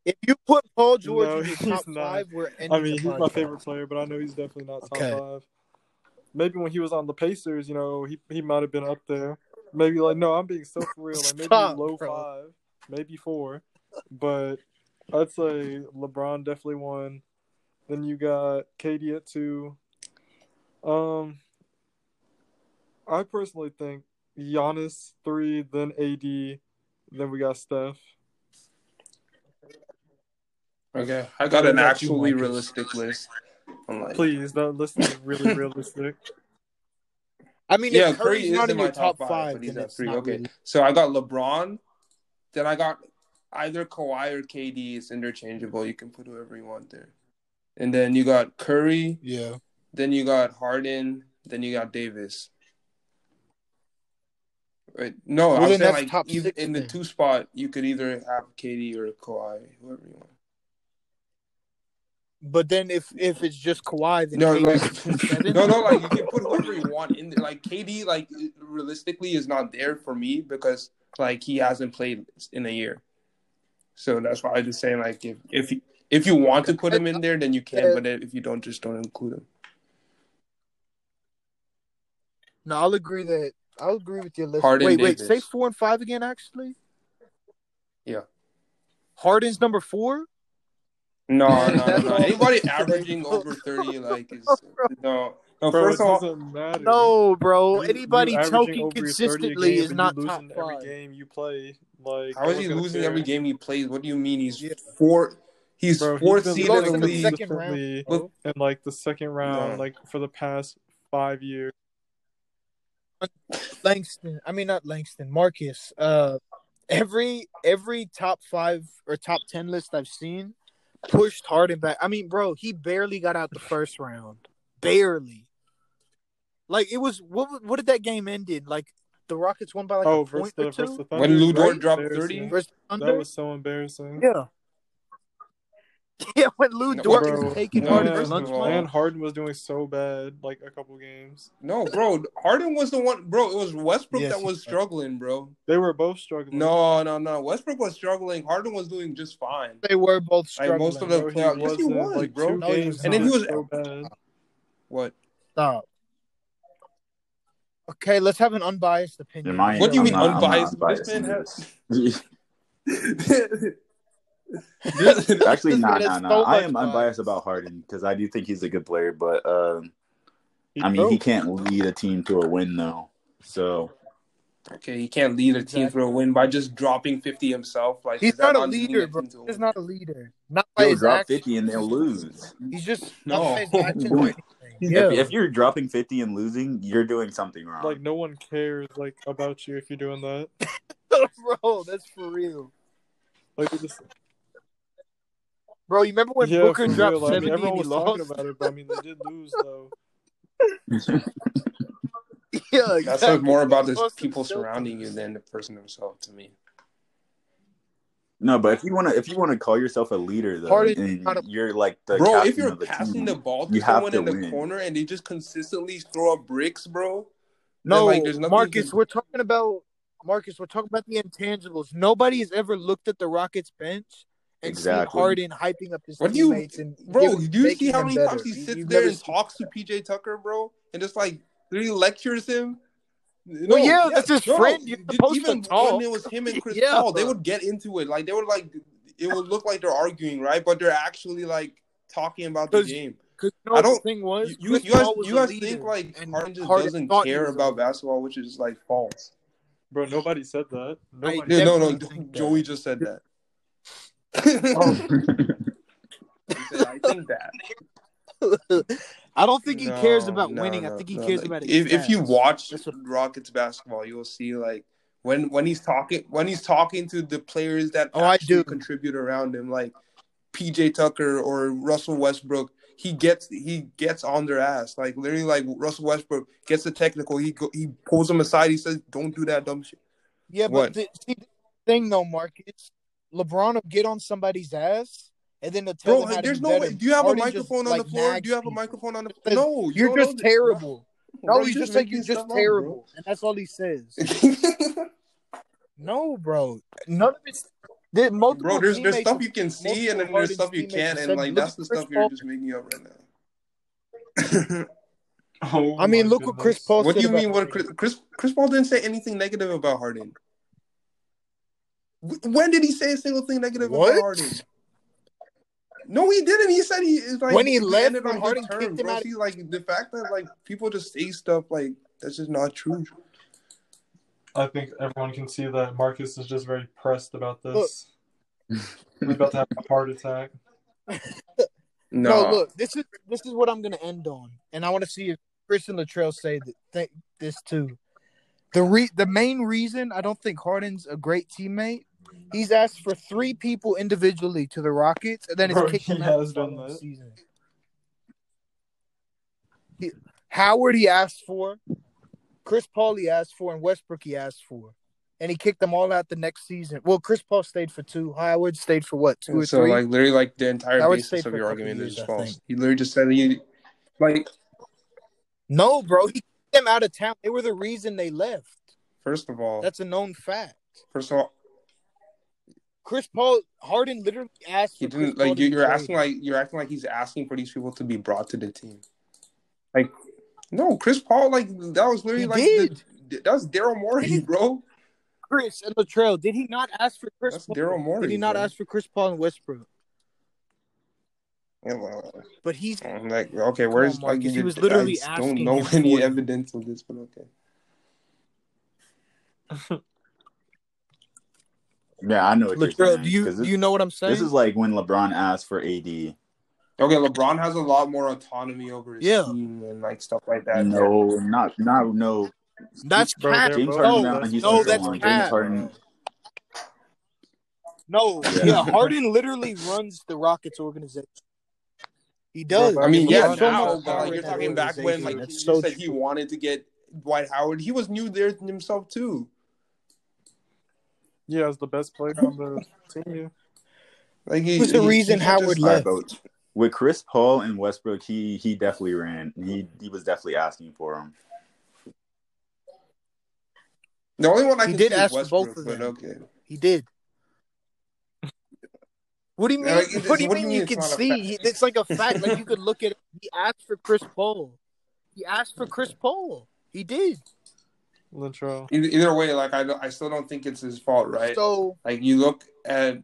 [SPEAKER 1] If you put Paul George
[SPEAKER 2] No,
[SPEAKER 1] in your
[SPEAKER 2] he's
[SPEAKER 1] top
[SPEAKER 2] not.
[SPEAKER 1] five, we're ending
[SPEAKER 2] I mean,
[SPEAKER 1] the
[SPEAKER 2] he's my
[SPEAKER 1] podcast.
[SPEAKER 2] favorite player, but I know he's definitely not top
[SPEAKER 1] Okay.
[SPEAKER 2] five. Maybe when he was on the Pacers, you know, he he might have been up there. Maybe like no, I'm being so for real. Like maybe
[SPEAKER 1] Stop,
[SPEAKER 2] low
[SPEAKER 1] bro.
[SPEAKER 2] five, maybe four, but I'd say LeBron definitely won. Then you got KD at two. Um, I personally think Giannis three, then AD, then we got Steph.
[SPEAKER 4] Okay, I got an
[SPEAKER 1] What about you,
[SPEAKER 4] actually
[SPEAKER 1] Marcus?
[SPEAKER 4] realistic list. I'm like,
[SPEAKER 2] Please, that list is really realistic.
[SPEAKER 1] I mean,
[SPEAKER 4] yeah,
[SPEAKER 1] if
[SPEAKER 4] Curry
[SPEAKER 1] Curry's
[SPEAKER 4] is
[SPEAKER 1] not
[SPEAKER 4] in
[SPEAKER 1] in
[SPEAKER 4] my
[SPEAKER 1] your
[SPEAKER 4] top
[SPEAKER 1] top
[SPEAKER 4] five,
[SPEAKER 1] five,
[SPEAKER 4] but he's
[SPEAKER 1] then
[SPEAKER 4] at
[SPEAKER 1] it's
[SPEAKER 4] three.
[SPEAKER 1] not
[SPEAKER 4] Okay,
[SPEAKER 1] really-
[SPEAKER 4] so I got LeBron, then I got either Kawhi or KD is interchangeable. You can put whoever you want there. And then you got Curry,
[SPEAKER 1] Yeah.
[SPEAKER 4] then you got Harden, then you got Davis. Right. No,
[SPEAKER 1] Well,
[SPEAKER 4] I was
[SPEAKER 1] then
[SPEAKER 4] saying
[SPEAKER 1] that's
[SPEAKER 4] like
[SPEAKER 1] top
[SPEAKER 4] eith-
[SPEAKER 1] six
[SPEAKER 4] in the
[SPEAKER 1] then.
[SPEAKER 4] two spot, you could either have KD or Kawhi, whoever you want.
[SPEAKER 1] But then if if it's just Kawhi, then
[SPEAKER 4] No,
[SPEAKER 1] KD
[SPEAKER 4] like-
[SPEAKER 1] is at seven?
[SPEAKER 4] No, no, like you can put whoever you want in there. Like KD, like realistically, is not there for me because like he hasn't played in a year, so that's why I was just saying like if if you- if you want to put him in there, then you can. But if you don't, just don't include him.
[SPEAKER 1] No, I'll agree that I'll agree with your list.
[SPEAKER 4] Harden,
[SPEAKER 1] wait, wait,
[SPEAKER 4] Davis.
[SPEAKER 1] say four and five again. Actually,
[SPEAKER 4] Yeah.
[SPEAKER 1] Harden's number four.
[SPEAKER 4] No, no, no,
[SPEAKER 1] That's
[SPEAKER 4] no.
[SPEAKER 1] all.
[SPEAKER 4] Anybody averaging over thirty, like is no. No,
[SPEAKER 2] Bro,
[SPEAKER 4] first
[SPEAKER 2] it
[SPEAKER 4] of all,
[SPEAKER 2] doesn't matter.
[SPEAKER 1] No, bro.
[SPEAKER 2] You- you
[SPEAKER 1] Anybody
[SPEAKER 2] averaging
[SPEAKER 1] choking
[SPEAKER 2] over 30 a
[SPEAKER 1] consistently
[SPEAKER 2] game
[SPEAKER 1] is
[SPEAKER 2] and
[SPEAKER 1] not
[SPEAKER 2] you
[SPEAKER 1] top
[SPEAKER 2] losing
[SPEAKER 1] five.
[SPEAKER 2] Every game you play, like
[SPEAKER 4] how is he
[SPEAKER 2] no one's gonna
[SPEAKER 4] losing
[SPEAKER 2] care.
[SPEAKER 4] every game he plays? What do you mean he's
[SPEAKER 1] Yeah.
[SPEAKER 4] four? He's
[SPEAKER 2] Bro, he's
[SPEAKER 4] fourth
[SPEAKER 2] been
[SPEAKER 4] seed
[SPEAKER 1] lost in
[SPEAKER 4] in the
[SPEAKER 2] losing
[SPEAKER 1] the
[SPEAKER 4] league.
[SPEAKER 1] second round.
[SPEAKER 2] consistently
[SPEAKER 4] Look-
[SPEAKER 2] in like the second round,
[SPEAKER 4] No.
[SPEAKER 2] like for the past five years.
[SPEAKER 1] Langston. I mean, not Langston. Marcus. Uh, every every top five or top ten list I've seen pushed Harden back. I mean, bro, he barely got out the first round. Barely. Like it was. What what did that game end in? Like the Rockets won by like
[SPEAKER 2] oh,
[SPEAKER 1] a
[SPEAKER 2] versus
[SPEAKER 1] point
[SPEAKER 2] the,
[SPEAKER 1] or two.
[SPEAKER 2] versus the Thunder.
[SPEAKER 4] When Lou Dort
[SPEAKER 2] Right?
[SPEAKER 4] dropped
[SPEAKER 2] Embarrassing.
[SPEAKER 4] 30?
[SPEAKER 1] versus
[SPEAKER 2] That
[SPEAKER 1] Thunder.
[SPEAKER 2] was so embarrassing.
[SPEAKER 1] Yeah. Yeah, when Lou
[SPEAKER 4] No,
[SPEAKER 1] Dort
[SPEAKER 4] bro.
[SPEAKER 1] is taking
[SPEAKER 4] No,
[SPEAKER 1] Harden's
[SPEAKER 4] first of
[SPEAKER 1] lunch
[SPEAKER 4] all-
[SPEAKER 1] money.
[SPEAKER 2] and Harden was doing so bad, like a couple games.
[SPEAKER 4] No, bro. Harden was the one, bro. It was Westbrook
[SPEAKER 1] Yes,
[SPEAKER 4] that was
[SPEAKER 1] he-
[SPEAKER 4] struggling, bro.
[SPEAKER 2] They were both struggling.
[SPEAKER 4] No, no, no. Westbrook was struggling. Harden was doing just fine.
[SPEAKER 1] They were both
[SPEAKER 4] Like
[SPEAKER 1] struggling.
[SPEAKER 4] most of the
[SPEAKER 2] bro, he
[SPEAKER 4] playoffs. Yes, he
[SPEAKER 2] wasn't,
[SPEAKER 4] was,
[SPEAKER 2] like
[SPEAKER 4] bro.
[SPEAKER 2] two
[SPEAKER 1] No, he
[SPEAKER 2] games,
[SPEAKER 1] was
[SPEAKER 2] and then he was so
[SPEAKER 4] not.
[SPEAKER 2] bad.
[SPEAKER 4] What?
[SPEAKER 1] Stop. Okay, let's have an unbiased opinion.
[SPEAKER 3] Am I-
[SPEAKER 4] What do you
[SPEAKER 3] I'm
[SPEAKER 4] mean
[SPEAKER 3] not- I'm not
[SPEAKER 4] unbiased?
[SPEAKER 3] unbiased
[SPEAKER 4] This man
[SPEAKER 3] in
[SPEAKER 4] has.
[SPEAKER 3] Actually,
[SPEAKER 1] This
[SPEAKER 3] no,
[SPEAKER 1] man
[SPEAKER 3] no,
[SPEAKER 1] has
[SPEAKER 3] no.
[SPEAKER 1] so
[SPEAKER 3] I
[SPEAKER 1] much
[SPEAKER 3] am
[SPEAKER 1] bias.
[SPEAKER 3] unbiased about Harden because I do think he's a good player, but um,
[SPEAKER 2] He
[SPEAKER 3] I mean, he
[SPEAKER 2] broke.
[SPEAKER 3] can't lead a team to a win though. So
[SPEAKER 4] okay, he can't lead a team for a win by just dropping fifty himself. Like
[SPEAKER 1] He's
[SPEAKER 4] is that
[SPEAKER 1] not a
[SPEAKER 4] leading
[SPEAKER 1] leader,
[SPEAKER 4] team
[SPEAKER 1] bro.
[SPEAKER 4] to a
[SPEAKER 1] He's
[SPEAKER 4] win?
[SPEAKER 1] not a leader. Not by
[SPEAKER 3] they'll
[SPEAKER 1] his
[SPEAKER 3] drop
[SPEAKER 1] actions.
[SPEAKER 3] fifty and they'll lose.
[SPEAKER 1] He's just
[SPEAKER 4] No.
[SPEAKER 1] not by his
[SPEAKER 3] What are you
[SPEAKER 1] actions or
[SPEAKER 3] doing?
[SPEAKER 1] anything.
[SPEAKER 2] He's-
[SPEAKER 1] Yeah.
[SPEAKER 3] If, if you're dropping fifty and losing, you're doing something wrong.
[SPEAKER 2] Like no one cares, like about you if you're doing that.
[SPEAKER 1] bro, that's for real.
[SPEAKER 2] Like it just
[SPEAKER 1] Bro, you remember when
[SPEAKER 2] yeah,
[SPEAKER 1] Booker
[SPEAKER 2] for
[SPEAKER 1] dropped
[SPEAKER 2] real. I mean,
[SPEAKER 1] 70
[SPEAKER 2] everyone
[SPEAKER 1] and he
[SPEAKER 2] was talking
[SPEAKER 1] lost?
[SPEAKER 2] about it, but I mean, they did lose though.
[SPEAKER 1] yeah, exactly.
[SPEAKER 4] That says more about
[SPEAKER 1] He
[SPEAKER 4] the
[SPEAKER 1] lost to
[SPEAKER 4] people
[SPEAKER 1] Celtics.
[SPEAKER 4] surrounding you than the person himself. To me.
[SPEAKER 3] no, but if you wanna, if you wanna call yourself a leader though,
[SPEAKER 1] Harden's
[SPEAKER 3] and
[SPEAKER 1] not a-
[SPEAKER 3] you're like the
[SPEAKER 4] bro,
[SPEAKER 3] captain
[SPEAKER 4] if you're
[SPEAKER 3] of the
[SPEAKER 4] passing
[SPEAKER 3] team,
[SPEAKER 4] the ball to
[SPEAKER 3] you have
[SPEAKER 4] someone
[SPEAKER 3] to
[SPEAKER 4] in the
[SPEAKER 3] win.
[SPEAKER 4] corner and they just consistently throw up bricks, bro,
[SPEAKER 1] No,
[SPEAKER 4] like, there's nothing
[SPEAKER 1] Marcus,
[SPEAKER 4] to-
[SPEAKER 1] we're talking about Marcus. We're talking about the intangibles. Nobody has ever looked at the Rockets bench and seen
[SPEAKER 3] Exactly.
[SPEAKER 1] Harden hyping up his
[SPEAKER 4] What do you-
[SPEAKER 1] teammates and
[SPEAKER 4] bro,
[SPEAKER 1] giving-
[SPEAKER 4] do you see
[SPEAKER 1] making
[SPEAKER 4] how
[SPEAKER 1] them
[SPEAKER 4] many
[SPEAKER 1] better.
[SPEAKER 4] times he
[SPEAKER 1] You-
[SPEAKER 4] sits
[SPEAKER 1] you've
[SPEAKER 4] there
[SPEAKER 1] never
[SPEAKER 4] and
[SPEAKER 1] seen-
[SPEAKER 4] talks to PJ Tucker, bro, and just like really lectures him? No,
[SPEAKER 1] Well, yeah, that's his friend. You're
[SPEAKER 4] dude,
[SPEAKER 1] supposed to
[SPEAKER 4] even
[SPEAKER 1] talk.
[SPEAKER 4] when it was him and Chris
[SPEAKER 1] Yeah.
[SPEAKER 4] Paul, they would get into it. Like they would like, it would look like they're arguing, right? But they're actually like talking about the
[SPEAKER 1] 'Cause-
[SPEAKER 4] game.
[SPEAKER 1] 'Cause you know
[SPEAKER 4] I
[SPEAKER 1] what the
[SPEAKER 4] don't-
[SPEAKER 1] thing was,
[SPEAKER 4] You, you,
[SPEAKER 1] Chris
[SPEAKER 4] you guys,
[SPEAKER 1] Paul was
[SPEAKER 4] you
[SPEAKER 1] a
[SPEAKER 4] guys
[SPEAKER 1] leader,
[SPEAKER 4] think like
[SPEAKER 1] and
[SPEAKER 4] Harden just
[SPEAKER 1] Harden
[SPEAKER 4] doesn't
[SPEAKER 1] thought he
[SPEAKER 4] care
[SPEAKER 1] was a
[SPEAKER 4] about
[SPEAKER 1] leader.
[SPEAKER 4] basketball, which is like false.
[SPEAKER 2] Bro, nobody said that. Nobody.
[SPEAKER 4] Dude, no, no,
[SPEAKER 1] Definitely think that.
[SPEAKER 4] Joey just said that.
[SPEAKER 3] Oh,
[SPEAKER 4] He said, I think that.
[SPEAKER 1] I don't think he cares
[SPEAKER 4] No,
[SPEAKER 1] about
[SPEAKER 4] no,
[SPEAKER 1] winning. I
[SPEAKER 4] no,
[SPEAKER 1] think he
[SPEAKER 4] no,
[SPEAKER 1] cares
[SPEAKER 4] like,
[SPEAKER 1] about his
[SPEAKER 4] If if you
[SPEAKER 1] stats.
[SPEAKER 4] watch
[SPEAKER 1] That's what-
[SPEAKER 4] Rockets basketball, you'll see like when when he's talking when he's talking to the players that
[SPEAKER 1] Oh, I
[SPEAKER 4] actually
[SPEAKER 1] do.
[SPEAKER 4] contribute around him, like PJ Tucker or Russell Westbrook. He gets he gets on their ass, like literally, like Russell Westbrook gets the technical. He go, he pulls them aside. He says, "Don't do that dumb shit."
[SPEAKER 1] Yeah, but
[SPEAKER 4] What?
[SPEAKER 1] the, see, the thing though, Marcus, LeBron will get on somebody's ass and then they'll tell
[SPEAKER 4] Bro,
[SPEAKER 1] him how
[SPEAKER 4] like,
[SPEAKER 1] to
[SPEAKER 4] there's
[SPEAKER 1] be
[SPEAKER 4] no
[SPEAKER 1] better.
[SPEAKER 4] way. Do you have
[SPEAKER 1] Harden
[SPEAKER 4] a
[SPEAKER 1] just,
[SPEAKER 4] microphone on
[SPEAKER 1] like,
[SPEAKER 4] the floor?
[SPEAKER 1] nags
[SPEAKER 4] Do you have a
[SPEAKER 1] people.
[SPEAKER 4] microphone on the
[SPEAKER 1] Says,
[SPEAKER 4] No, you
[SPEAKER 1] You're
[SPEAKER 4] don't know
[SPEAKER 1] just
[SPEAKER 4] this, bro.
[SPEAKER 1] terrible.
[SPEAKER 4] Bro,
[SPEAKER 1] no, he's just like
[SPEAKER 4] making
[SPEAKER 1] you're just
[SPEAKER 4] stuff up,
[SPEAKER 1] terrible, and that's all he says.
[SPEAKER 4] bro.
[SPEAKER 1] No, bro, none of it's. There, multiple
[SPEAKER 4] Bro, there's there's
[SPEAKER 1] teammates
[SPEAKER 4] stuff you can see and then there's
[SPEAKER 1] Harden's
[SPEAKER 4] stuff you
[SPEAKER 1] teammates have
[SPEAKER 4] can't, and
[SPEAKER 1] said,
[SPEAKER 4] like
[SPEAKER 1] "Look
[SPEAKER 4] that's
[SPEAKER 1] at
[SPEAKER 4] the
[SPEAKER 1] Chris
[SPEAKER 4] stuff
[SPEAKER 1] Paul."
[SPEAKER 4] you're just making up right now.
[SPEAKER 2] Oh,
[SPEAKER 1] I mean,
[SPEAKER 2] my
[SPEAKER 1] look what Chris
[SPEAKER 2] goodness.
[SPEAKER 1] Paul
[SPEAKER 4] what do
[SPEAKER 1] said
[SPEAKER 4] you
[SPEAKER 1] about
[SPEAKER 4] mean? What
[SPEAKER 1] Harden.
[SPEAKER 4] Chris, Chris Chris Paul didn't say anything negative about Harden. Wh- When did he say a single thing negative
[SPEAKER 1] What?
[SPEAKER 4] about Harden? No, he didn't. He said he is like
[SPEAKER 1] When he
[SPEAKER 4] they
[SPEAKER 1] left,
[SPEAKER 4] ended
[SPEAKER 1] when
[SPEAKER 4] on
[SPEAKER 1] Harden
[SPEAKER 4] good
[SPEAKER 1] kicked
[SPEAKER 4] terms,
[SPEAKER 1] him
[SPEAKER 4] bro.
[SPEAKER 1] out-
[SPEAKER 4] See, like the fact that like people just say stuff like that's just not true.
[SPEAKER 2] I think everyone can see that Marcus is just very pressed about this. He's about to have a heart attack.
[SPEAKER 1] No, look, this is this is what I'm gonna end on, and I want to see if Chris and Latrell say that, th- this too. The re- the main reason I don't think Harden's a great teammate He's asked for three people individually to the Rockets, and then it's
[SPEAKER 2] Bro,
[SPEAKER 1] kicked
[SPEAKER 2] he
[SPEAKER 1] him out
[SPEAKER 2] has
[SPEAKER 1] the
[SPEAKER 2] done
[SPEAKER 1] following
[SPEAKER 2] that.
[SPEAKER 1] season. He- Howard he asked for, Chris Paul he asked for, and Westbrook he asked for, and he kicked them all out the next season. Well, Chris Paul stayed for two. Howard stayed for what? Two or
[SPEAKER 4] so
[SPEAKER 1] three?
[SPEAKER 4] like literally like the entire
[SPEAKER 1] I would say
[SPEAKER 4] basis
[SPEAKER 1] for
[SPEAKER 4] of
[SPEAKER 1] a
[SPEAKER 4] your
[SPEAKER 1] couple
[SPEAKER 4] argument
[SPEAKER 1] years,
[SPEAKER 4] is
[SPEAKER 1] I
[SPEAKER 4] false.
[SPEAKER 1] think.
[SPEAKER 4] You literally just said you like
[SPEAKER 1] no, bro. He kicked them out of town. They were the reason they left.
[SPEAKER 4] first of all,
[SPEAKER 1] That's a known fact.
[SPEAKER 4] first of all,
[SPEAKER 1] Chris Paul, Harden literally asked. For
[SPEAKER 4] he
[SPEAKER 1] Chris
[SPEAKER 4] didn't
[SPEAKER 1] Paul
[SPEAKER 4] like
[SPEAKER 1] to
[SPEAKER 4] you,
[SPEAKER 1] be
[SPEAKER 4] you're
[SPEAKER 1] traded.
[SPEAKER 4] asking like you're acting like he's asking for these people to be brought to the team. Like no, Chris Paul like that was literally
[SPEAKER 1] He
[SPEAKER 4] like
[SPEAKER 1] did.
[SPEAKER 4] The, that was Daryl Morey,
[SPEAKER 1] did.
[SPEAKER 4] bro.
[SPEAKER 1] Chris and Latrell. Did he not ask for Chris
[SPEAKER 4] That's
[SPEAKER 1] Paul?
[SPEAKER 4] Daryl Morey.
[SPEAKER 1] did he not
[SPEAKER 4] bro.
[SPEAKER 1] ask for Chris Paul and Westbrook?
[SPEAKER 4] Yeah, well,
[SPEAKER 1] But he's
[SPEAKER 4] I'm uh, like okay,
[SPEAKER 1] Come
[SPEAKER 4] where's
[SPEAKER 1] on,
[SPEAKER 4] like
[SPEAKER 1] Marcus,
[SPEAKER 4] you
[SPEAKER 1] he
[SPEAKER 4] did-
[SPEAKER 1] was literally
[SPEAKER 4] I
[SPEAKER 1] asking
[SPEAKER 4] don't know
[SPEAKER 1] him for
[SPEAKER 4] any
[SPEAKER 1] it.
[SPEAKER 4] evidence of this, but okay.
[SPEAKER 3] Yeah, I know what you're
[SPEAKER 1] Latrell.
[SPEAKER 3] saying.
[SPEAKER 1] Do you
[SPEAKER 3] 'cause
[SPEAKER 1] do
[SPEAKER 3] this,
[SPEAKER 1] you know what I'm saying?
[SPEAKER 3] this is like when LeBron asked for AD.
[SPEAKER 4] Okay, LeBron has a lot more autonomy over his
[SPEAKER 1] Yeah.
[SPEAKER 4] team and like stuff like that.
[SPEAKER 3] No, not not no.
[SPEAKER 1] that's
[SPEAKER 2] Bro, they're
[SPEAKER 1] cap.
[SPEAKER 3] James
[SPEAKER 2] both
[SPEAKER 3] Harden
[SPEAKER 1] No,
[SPEAKER 3] now
[SPEAKER 2] that's
[SPEAKER 3] he's
[SPEAKER 1] Oh, no,
[SPEAKER 2] what
[SPEAKER 3] so
[SPEAKER 1] that's
[SPEAKER 3] long.
[SPEAKER 2] I'm
[SPEAKER 3] James
[SPEAKER 1] cap.
[SPEAKER 3] Harden.
[SPEAKER 1] No,
[SPEAKER 3] Yeah.
[SPEAKER 1] yeah. Harden literally runs the Rockets organization. He does.
[SPEAKER 2] Bro,
[SPEAKER 4] I mean,
[SPEAKER 1] He
[SPEAKER 4] yeah,
[SPEAKER 1] has so
[SPEAKER 4] now,
[SPEAKER 1] much
[SPEAKER 4] but
[SPEAKER 1] power
[SPEAKER 4] like
[SPEAKER 1] in
[SPEAKER 4] you're
[SPEAKER 1] that
[SPEAKER 4] talking back when like
[SPEAKER 1] organization.
[SPEAKER 4] he
[SPEAKER 1] That's so
[SPEAKER 4] said he
[SPEAKER 1] true.
[SPEAKER 4] wanted to get Dwight Howard. He was new there himself too.
[SPEAKER 2] Yeah, as the best player on the team.
[SPEAKER 4] Like he
[SPEAKER 1] He was the
[SPEAKER 4] he- he
[SPEAKER 1] reason
[SPEAKER 4] can't
[SPEAKER 1] Howard
[SPEAKER 4] just-
[SPEAKER 3] All right,
[SPEAKER 1] left.
[SPEAKER 3] bro. With Chris Paul and Westbrook, he he definitely ran. He he was definitely asking for him.
[SPEAKER 4] The only one I
[SPEAKER 1] He
[SPEAKER 4] can
[SPEAKER 1] did
[SPEAKER 4] see is
[SPEAKER 1] ask for both
[SPEAKER 4] Westbrook,
[SPEAKER 1] of
[SPEAKER 4] but
[SPEAKER 1] them.
[SPEAKER 4] okay.
[SPEAKER 1] He did. What do you mean?
[SPEAKER 4] Like, it-
[SPEAKER 1] what do you
[SPEAKER 4] what
[SPEAKER 1] mean, you
[SPEAKER 4] it's
[SPEAKER 1] can
[SPEAKER 4] not a
[SPEAKER 1] see?
[SPEAKER 4] fact?
[SPEAKER 1] He- It's like a fact. like you could look at. it. He asked for Chris Paul. He asked for Chris Paul. He did.
[SPEAKER 2] Latrell.
[SPEAKER 4] Either, E-, either way, like I don't- I still don't think it's his fault, right?
[SPEAKER 1] So
[SPEAKER 4] Like you look at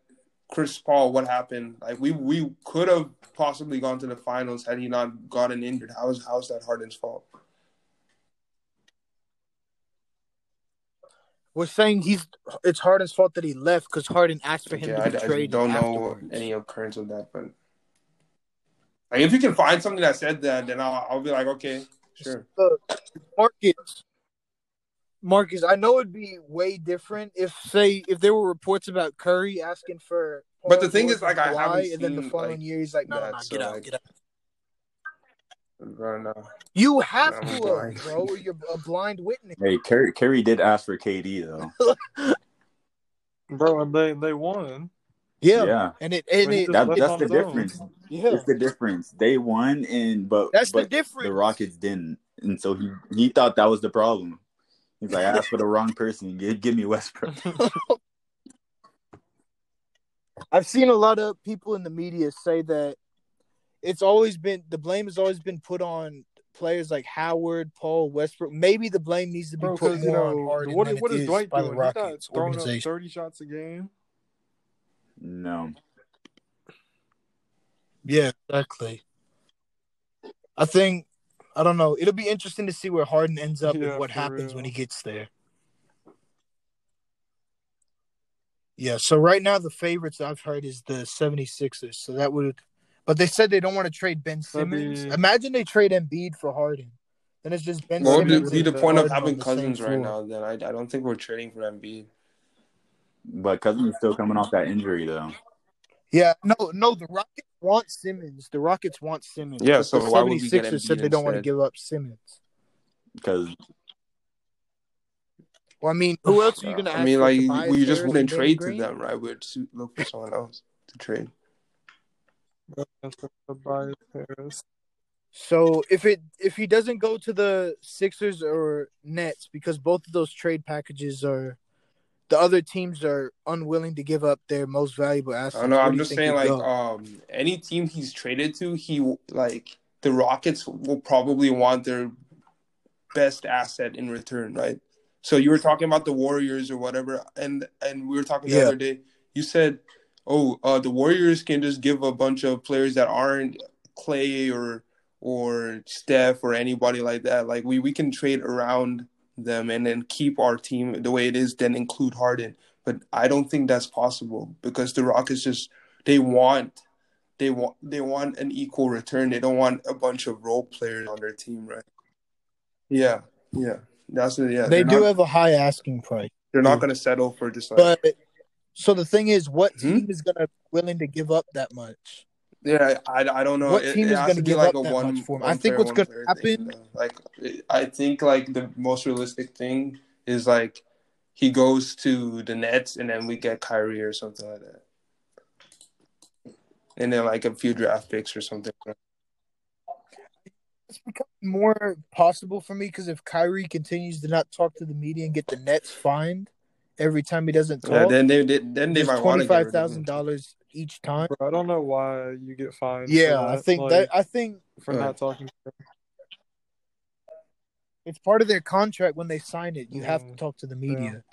[SPEAKER 4] Chris Paul, what happened? Like we we could have possibly gone to the finals had he not gotten injured. How is how is that Harden's fault?
[SPEAKER 1] we're saying he's. It's Harden's fault that he left because Harden asked for him
[SPEAKER 4] Yeah, I,
[SPEAKER 1] to be
[SPEAKER 4] I
[SPEAKER 1] traded.
[SPEAKER 4] don't know
[SPEAKER 1] afterwards.
[SPEAKER 4] any occurrence of that, but like, if you can find something that said that, then I'll, I'll be like, okay, sure.
[SPEAKER 1] Look, Marcus. Marcus, I know it'd be way different if, say, if there were reports about Curry asking for.
[SPEAKER 4] But the
[SPEAKER 1] Paul
[SPEAKER 4] thing
[SPEAKER 1] George
[SPEAKER 4] is, like,
[SPEAKER 1] and
[SPEAKER 4] I haven't
[SPEAKER 1] Kawhi, and then the
[SPEAKER 4] seen,
[SPEAKER 1] following
[SPEAKER 4] like,
[SPEAKER 1] year he's like, no, no,
[SPEAKER 4] that,
[SPEAKER 1] no,
[SPEAKER 4] so,
[SPEAKER 1] get out,
[SPEAKER 4] like-
[SPEAKER 1] get out.
[SPEAKER 4] Right now.
[SPEAKER 1] You have
[SPEAKER 4] I'm
[SPEAKER 1] to
[SPEAKER 4] blind.
[SPEAKER 1] have, bro, or you're a blind witness.
[SPEAKER 3] Hey, Curry, Curry did ask for KD though.
[SPEAKER 2] Bro, and they, they won.
[SPEAKER 1] Yeah,
[SPEAKER 3] Yeah,
[SPEAKER 1] and it and
[SPEAKER 2] But he
[SPEAKER 1] it,
[SPEAKER 2] just
[SPEAKER 3] that
[SPEAKER 2] left
[SPEAKER 3] that's
[SPEAKER 2] on
[SPEAKER 3] the
[SPEAKER 2] his own.
[SPEAKER 3] difference.
[SPEAKER 1] yeah,
[SPEAKER 3] It's the difference. They won, and but
[SPEAKER 1] that's the
[SPEAKER 3] but
[SPEAKER 1] difference.
[SPEAKER 3] the Rockets didn't, and so he he thought that was the problem. He's like, I asked for the wrong person. Give, give me Westbrook.
[SPEAKER 1] I've seen a lot of people in the media say that it's always been the blame has always been put on players like Howard, Paul, Westbrook. Maybe the blame needs to be
[SPEAKER 2] Bro,
[SPEAKER 1] put
[SPEAKER 2] because, you
[SPEAKER 1] more on
[SPEAKER 2] know,
[SPEAKER 1] Harden
[SPEAKER 2] what,
[SPEAKER 1] than
[SPEAKER 2] what
[SPEAKER 1] it
[SPEAKER 2] is
[SPEAKER 1] is
[SPEAKER 2] Dwight
[SPEAKER 1] by
[SPEAKER 2] doing?
[SPEAKER 1] the
[SPEAKER 2] He's not
[SPEAKER 1] Rockets
[SPEAKER 2] throwing up
[SPEAKER 1] organization.
[SPEAKER 2] 30 shots a game.
[SPEAKER 3] No,
[SPEAKER 1] Yeah, exactly. I think I don't know. It'll be interesting to see where Harden ends up
[SPEAKER 2] Yeah,
[SPEAKER 1] and what
[SPEAKER 2] for
[SPEAKER 1] happens
[SPEAKER 2] real.
[SPEAKER 1] when he gets there. Yeah, so right now the favorites I've heard is the 76ers. So that would but they said they don't want to trade Ben
[SPEAKER 2] That'd be-
[SPEAKER 1] Simmons. Imagine they trade Embiid for Harden. Then it's just Ben
[SPEAKER 4] What
[SPEAKER 1] Simmons
[SPEAKER 4] would be
[SPEAKER 1] and
[SPEAKER 4] the point of
[SPEAKER 1] Harden on
[SPEAKER 4] having
[SPEAKER 1] the
[SPEAKER 4] Cousins
[SPEAKER 1] same
[SPEAKER 4] right
[SPEAKER 1] floor.
[SPEAKER 4] now? Then I, I don't think we're trading for Embiid.
[SPEAKER 3] but Cousins is still coming off that injury though.
[SPEAKER 1] Yeah, no, no, the Rockets want Simmons. The Rockets want Simmons.
[SPEAKER 4] Yeah,
[SPEAKER 1] but
[SPEAKER 4] so
[SPEAKER 1] the
[SPEAKER 4] why would we get
[SPEAKER 1] 76ers
[SPEAKER 4] Embiid
[SPEAKER 1] said they don't want to
[SPEAKER 4] instead?
[SPEAKER 1] give up Simmons.
[SPEAKER 3] Because
[SPEAKER 1] Well, I mean, who else are you going to ask
[SPEAKER 4] I mean,
[SPEAKER 1] for?
[SPEAKER 4] like
[SPEAKER 1] Tobias
[SPEAKER 4] we just
[SPEAKER 1] Harris
[SPEAKER 4] wouldn't
[SPEAKER 1] and Danny
[SPEAKER 4] trade to
[SPEAKER 1] Green?
[SPEAKER 4] them, right? We'd s- look for someone else to trade.
[SPEAKER 2] Tobias Harris.
[SPEAKER 1] So if it if he doesn't go to the Sixers or Nets because both of those trade packages are the other teams are unwilling to give up their most valuable
[SPEAKER 4] I
[SPEAKER 1] assets.
[SPEAKER 4] don't know.
[SPEAKER 1] where do
[SPEAKER 4] I'm
[SPEAKER 1] you
[SPEAKER 4] just
[SPEAKER 1] think
[SPEAKER 4] saying,
[SPEAKER 1] he'd
[SPEAKER 4] like,
[SPEAKER 1] go?
[SPEAKER 4] um, any team he's traded to, he w- like the Rockets will probably want their best asset in return, right? So you were talking about the Warriors or whatever, and and we were talking the
[SPEAKER 1] Yeah.
[SPEAKER 4] other day. You said, "Oh, uh, the Warriors can just give a bunch of players that aren't Clay or or Steph or anybody like that. Like we we can trade around them and then keep our team the way it is, then include Harden." But I don't think that's possible because the Rockets just they want they want they want an equal return. They don't want a bunch of role players on their team, right? Yeah, yeah. That's yeah.
[SPEAKER 1] they
[SPEAKER 4] They are
[SPEAKER 1] do
[SPEAKER 4] not,
[SPEAKER 1] have a high asking price,
[SPEAKER 4] they're not going to settle for just like
[SPEAKER 1] but So the thing is, what
[SPEAKER 4] Hmm?
[SPEAKER 1] team is gonna willing to give up that much?
[SPEAKER 4] Yeah, I, I don't know.
[SPEAKER 1] What
[SPEAKER 4] It-
[SPEAKER 1] team
[SPEAKER 4] it
[SPEAKER 1] is
[SPEAKER 4] has
[SPEAKER 1] gonna
[SPEAKER 4] to be
[SPEAKER 1] give
[SPEAKER 4] like
[SPEAKER 1] up
[SPEAKER 4] a
[SPEAKER 1] that
[SPEAKER 4] one-
[SPEAKER 1] much for him?
[SPEAKER 4] one
[SPEAKER 1] I think
[SPEAKER 4] player,
[SPEAKER 1] what's
[SPEAKER 4] one
[SPEAKER 1] gonna
[SPEAKER 4] player thing,
[SPEAKER 1] happen-
[SPEAKER 4] though. like, it- I think like the most realistic thing is like he goes to the Nets and then we get Kyrie or something like that, and then like a few draft picks or something.
[SPEAKER 1] It's becoming more possible for me because if Kyrie continues to not talk to the media and get the Nets fined every time he doesn't talk,
[SPEAKER 4] Yeah, then they, they then they
[SPEAKER 1] there's
[SPEAKER 4] might
[SPEAKER 1] twenty
[SPEAKER 4] want to get
[SPEAKER 1] five
[SPEAKER 4] rid of him.
[SPEAKER 1] thousand dollars each time.
[SPEAKER 2] Bro, I don't know why you get fined. for
[SPEAKER 1] Yeah, I
[SPEAKER 2] not,
[SPEAKER 1] think
[SPEAKER 2] like,
[SPEAKER 1] that I think
[SPEAKER 2] for
[SPEAKER 4] Right.
[SPEAKER 2] not talking.
[SPEAKER 1] it's part of their contract when they sign it. You have to
[SPEAKER 2] Mm,
[SPEAKER 1] talk to the media.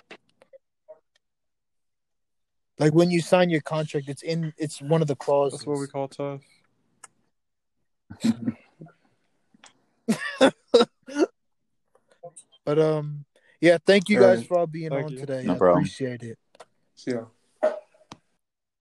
[SPEAKER 1] Like when you sign your contract, it's in it's one of the clauses.
[SPEAKER 2] That's what we call tough.
[SPEAKER 1] But um, yeah, thank you
[SPEAKER 4] All
[SPEAKER 1] guys
[SPEAKER 4] right.
[SPEAKER 1] for all being
[SPEAKER 2] Thank
[SPEAKER 1] on
[SPEAKER 2] you.
[SPEAKER 1] um, today.
[SPEAKER 3] No
[SPEAKER 1] I
[SPEAKER 3] problem.
[SPEAKER 1] appreciate it.
[SPEAKER 4] So,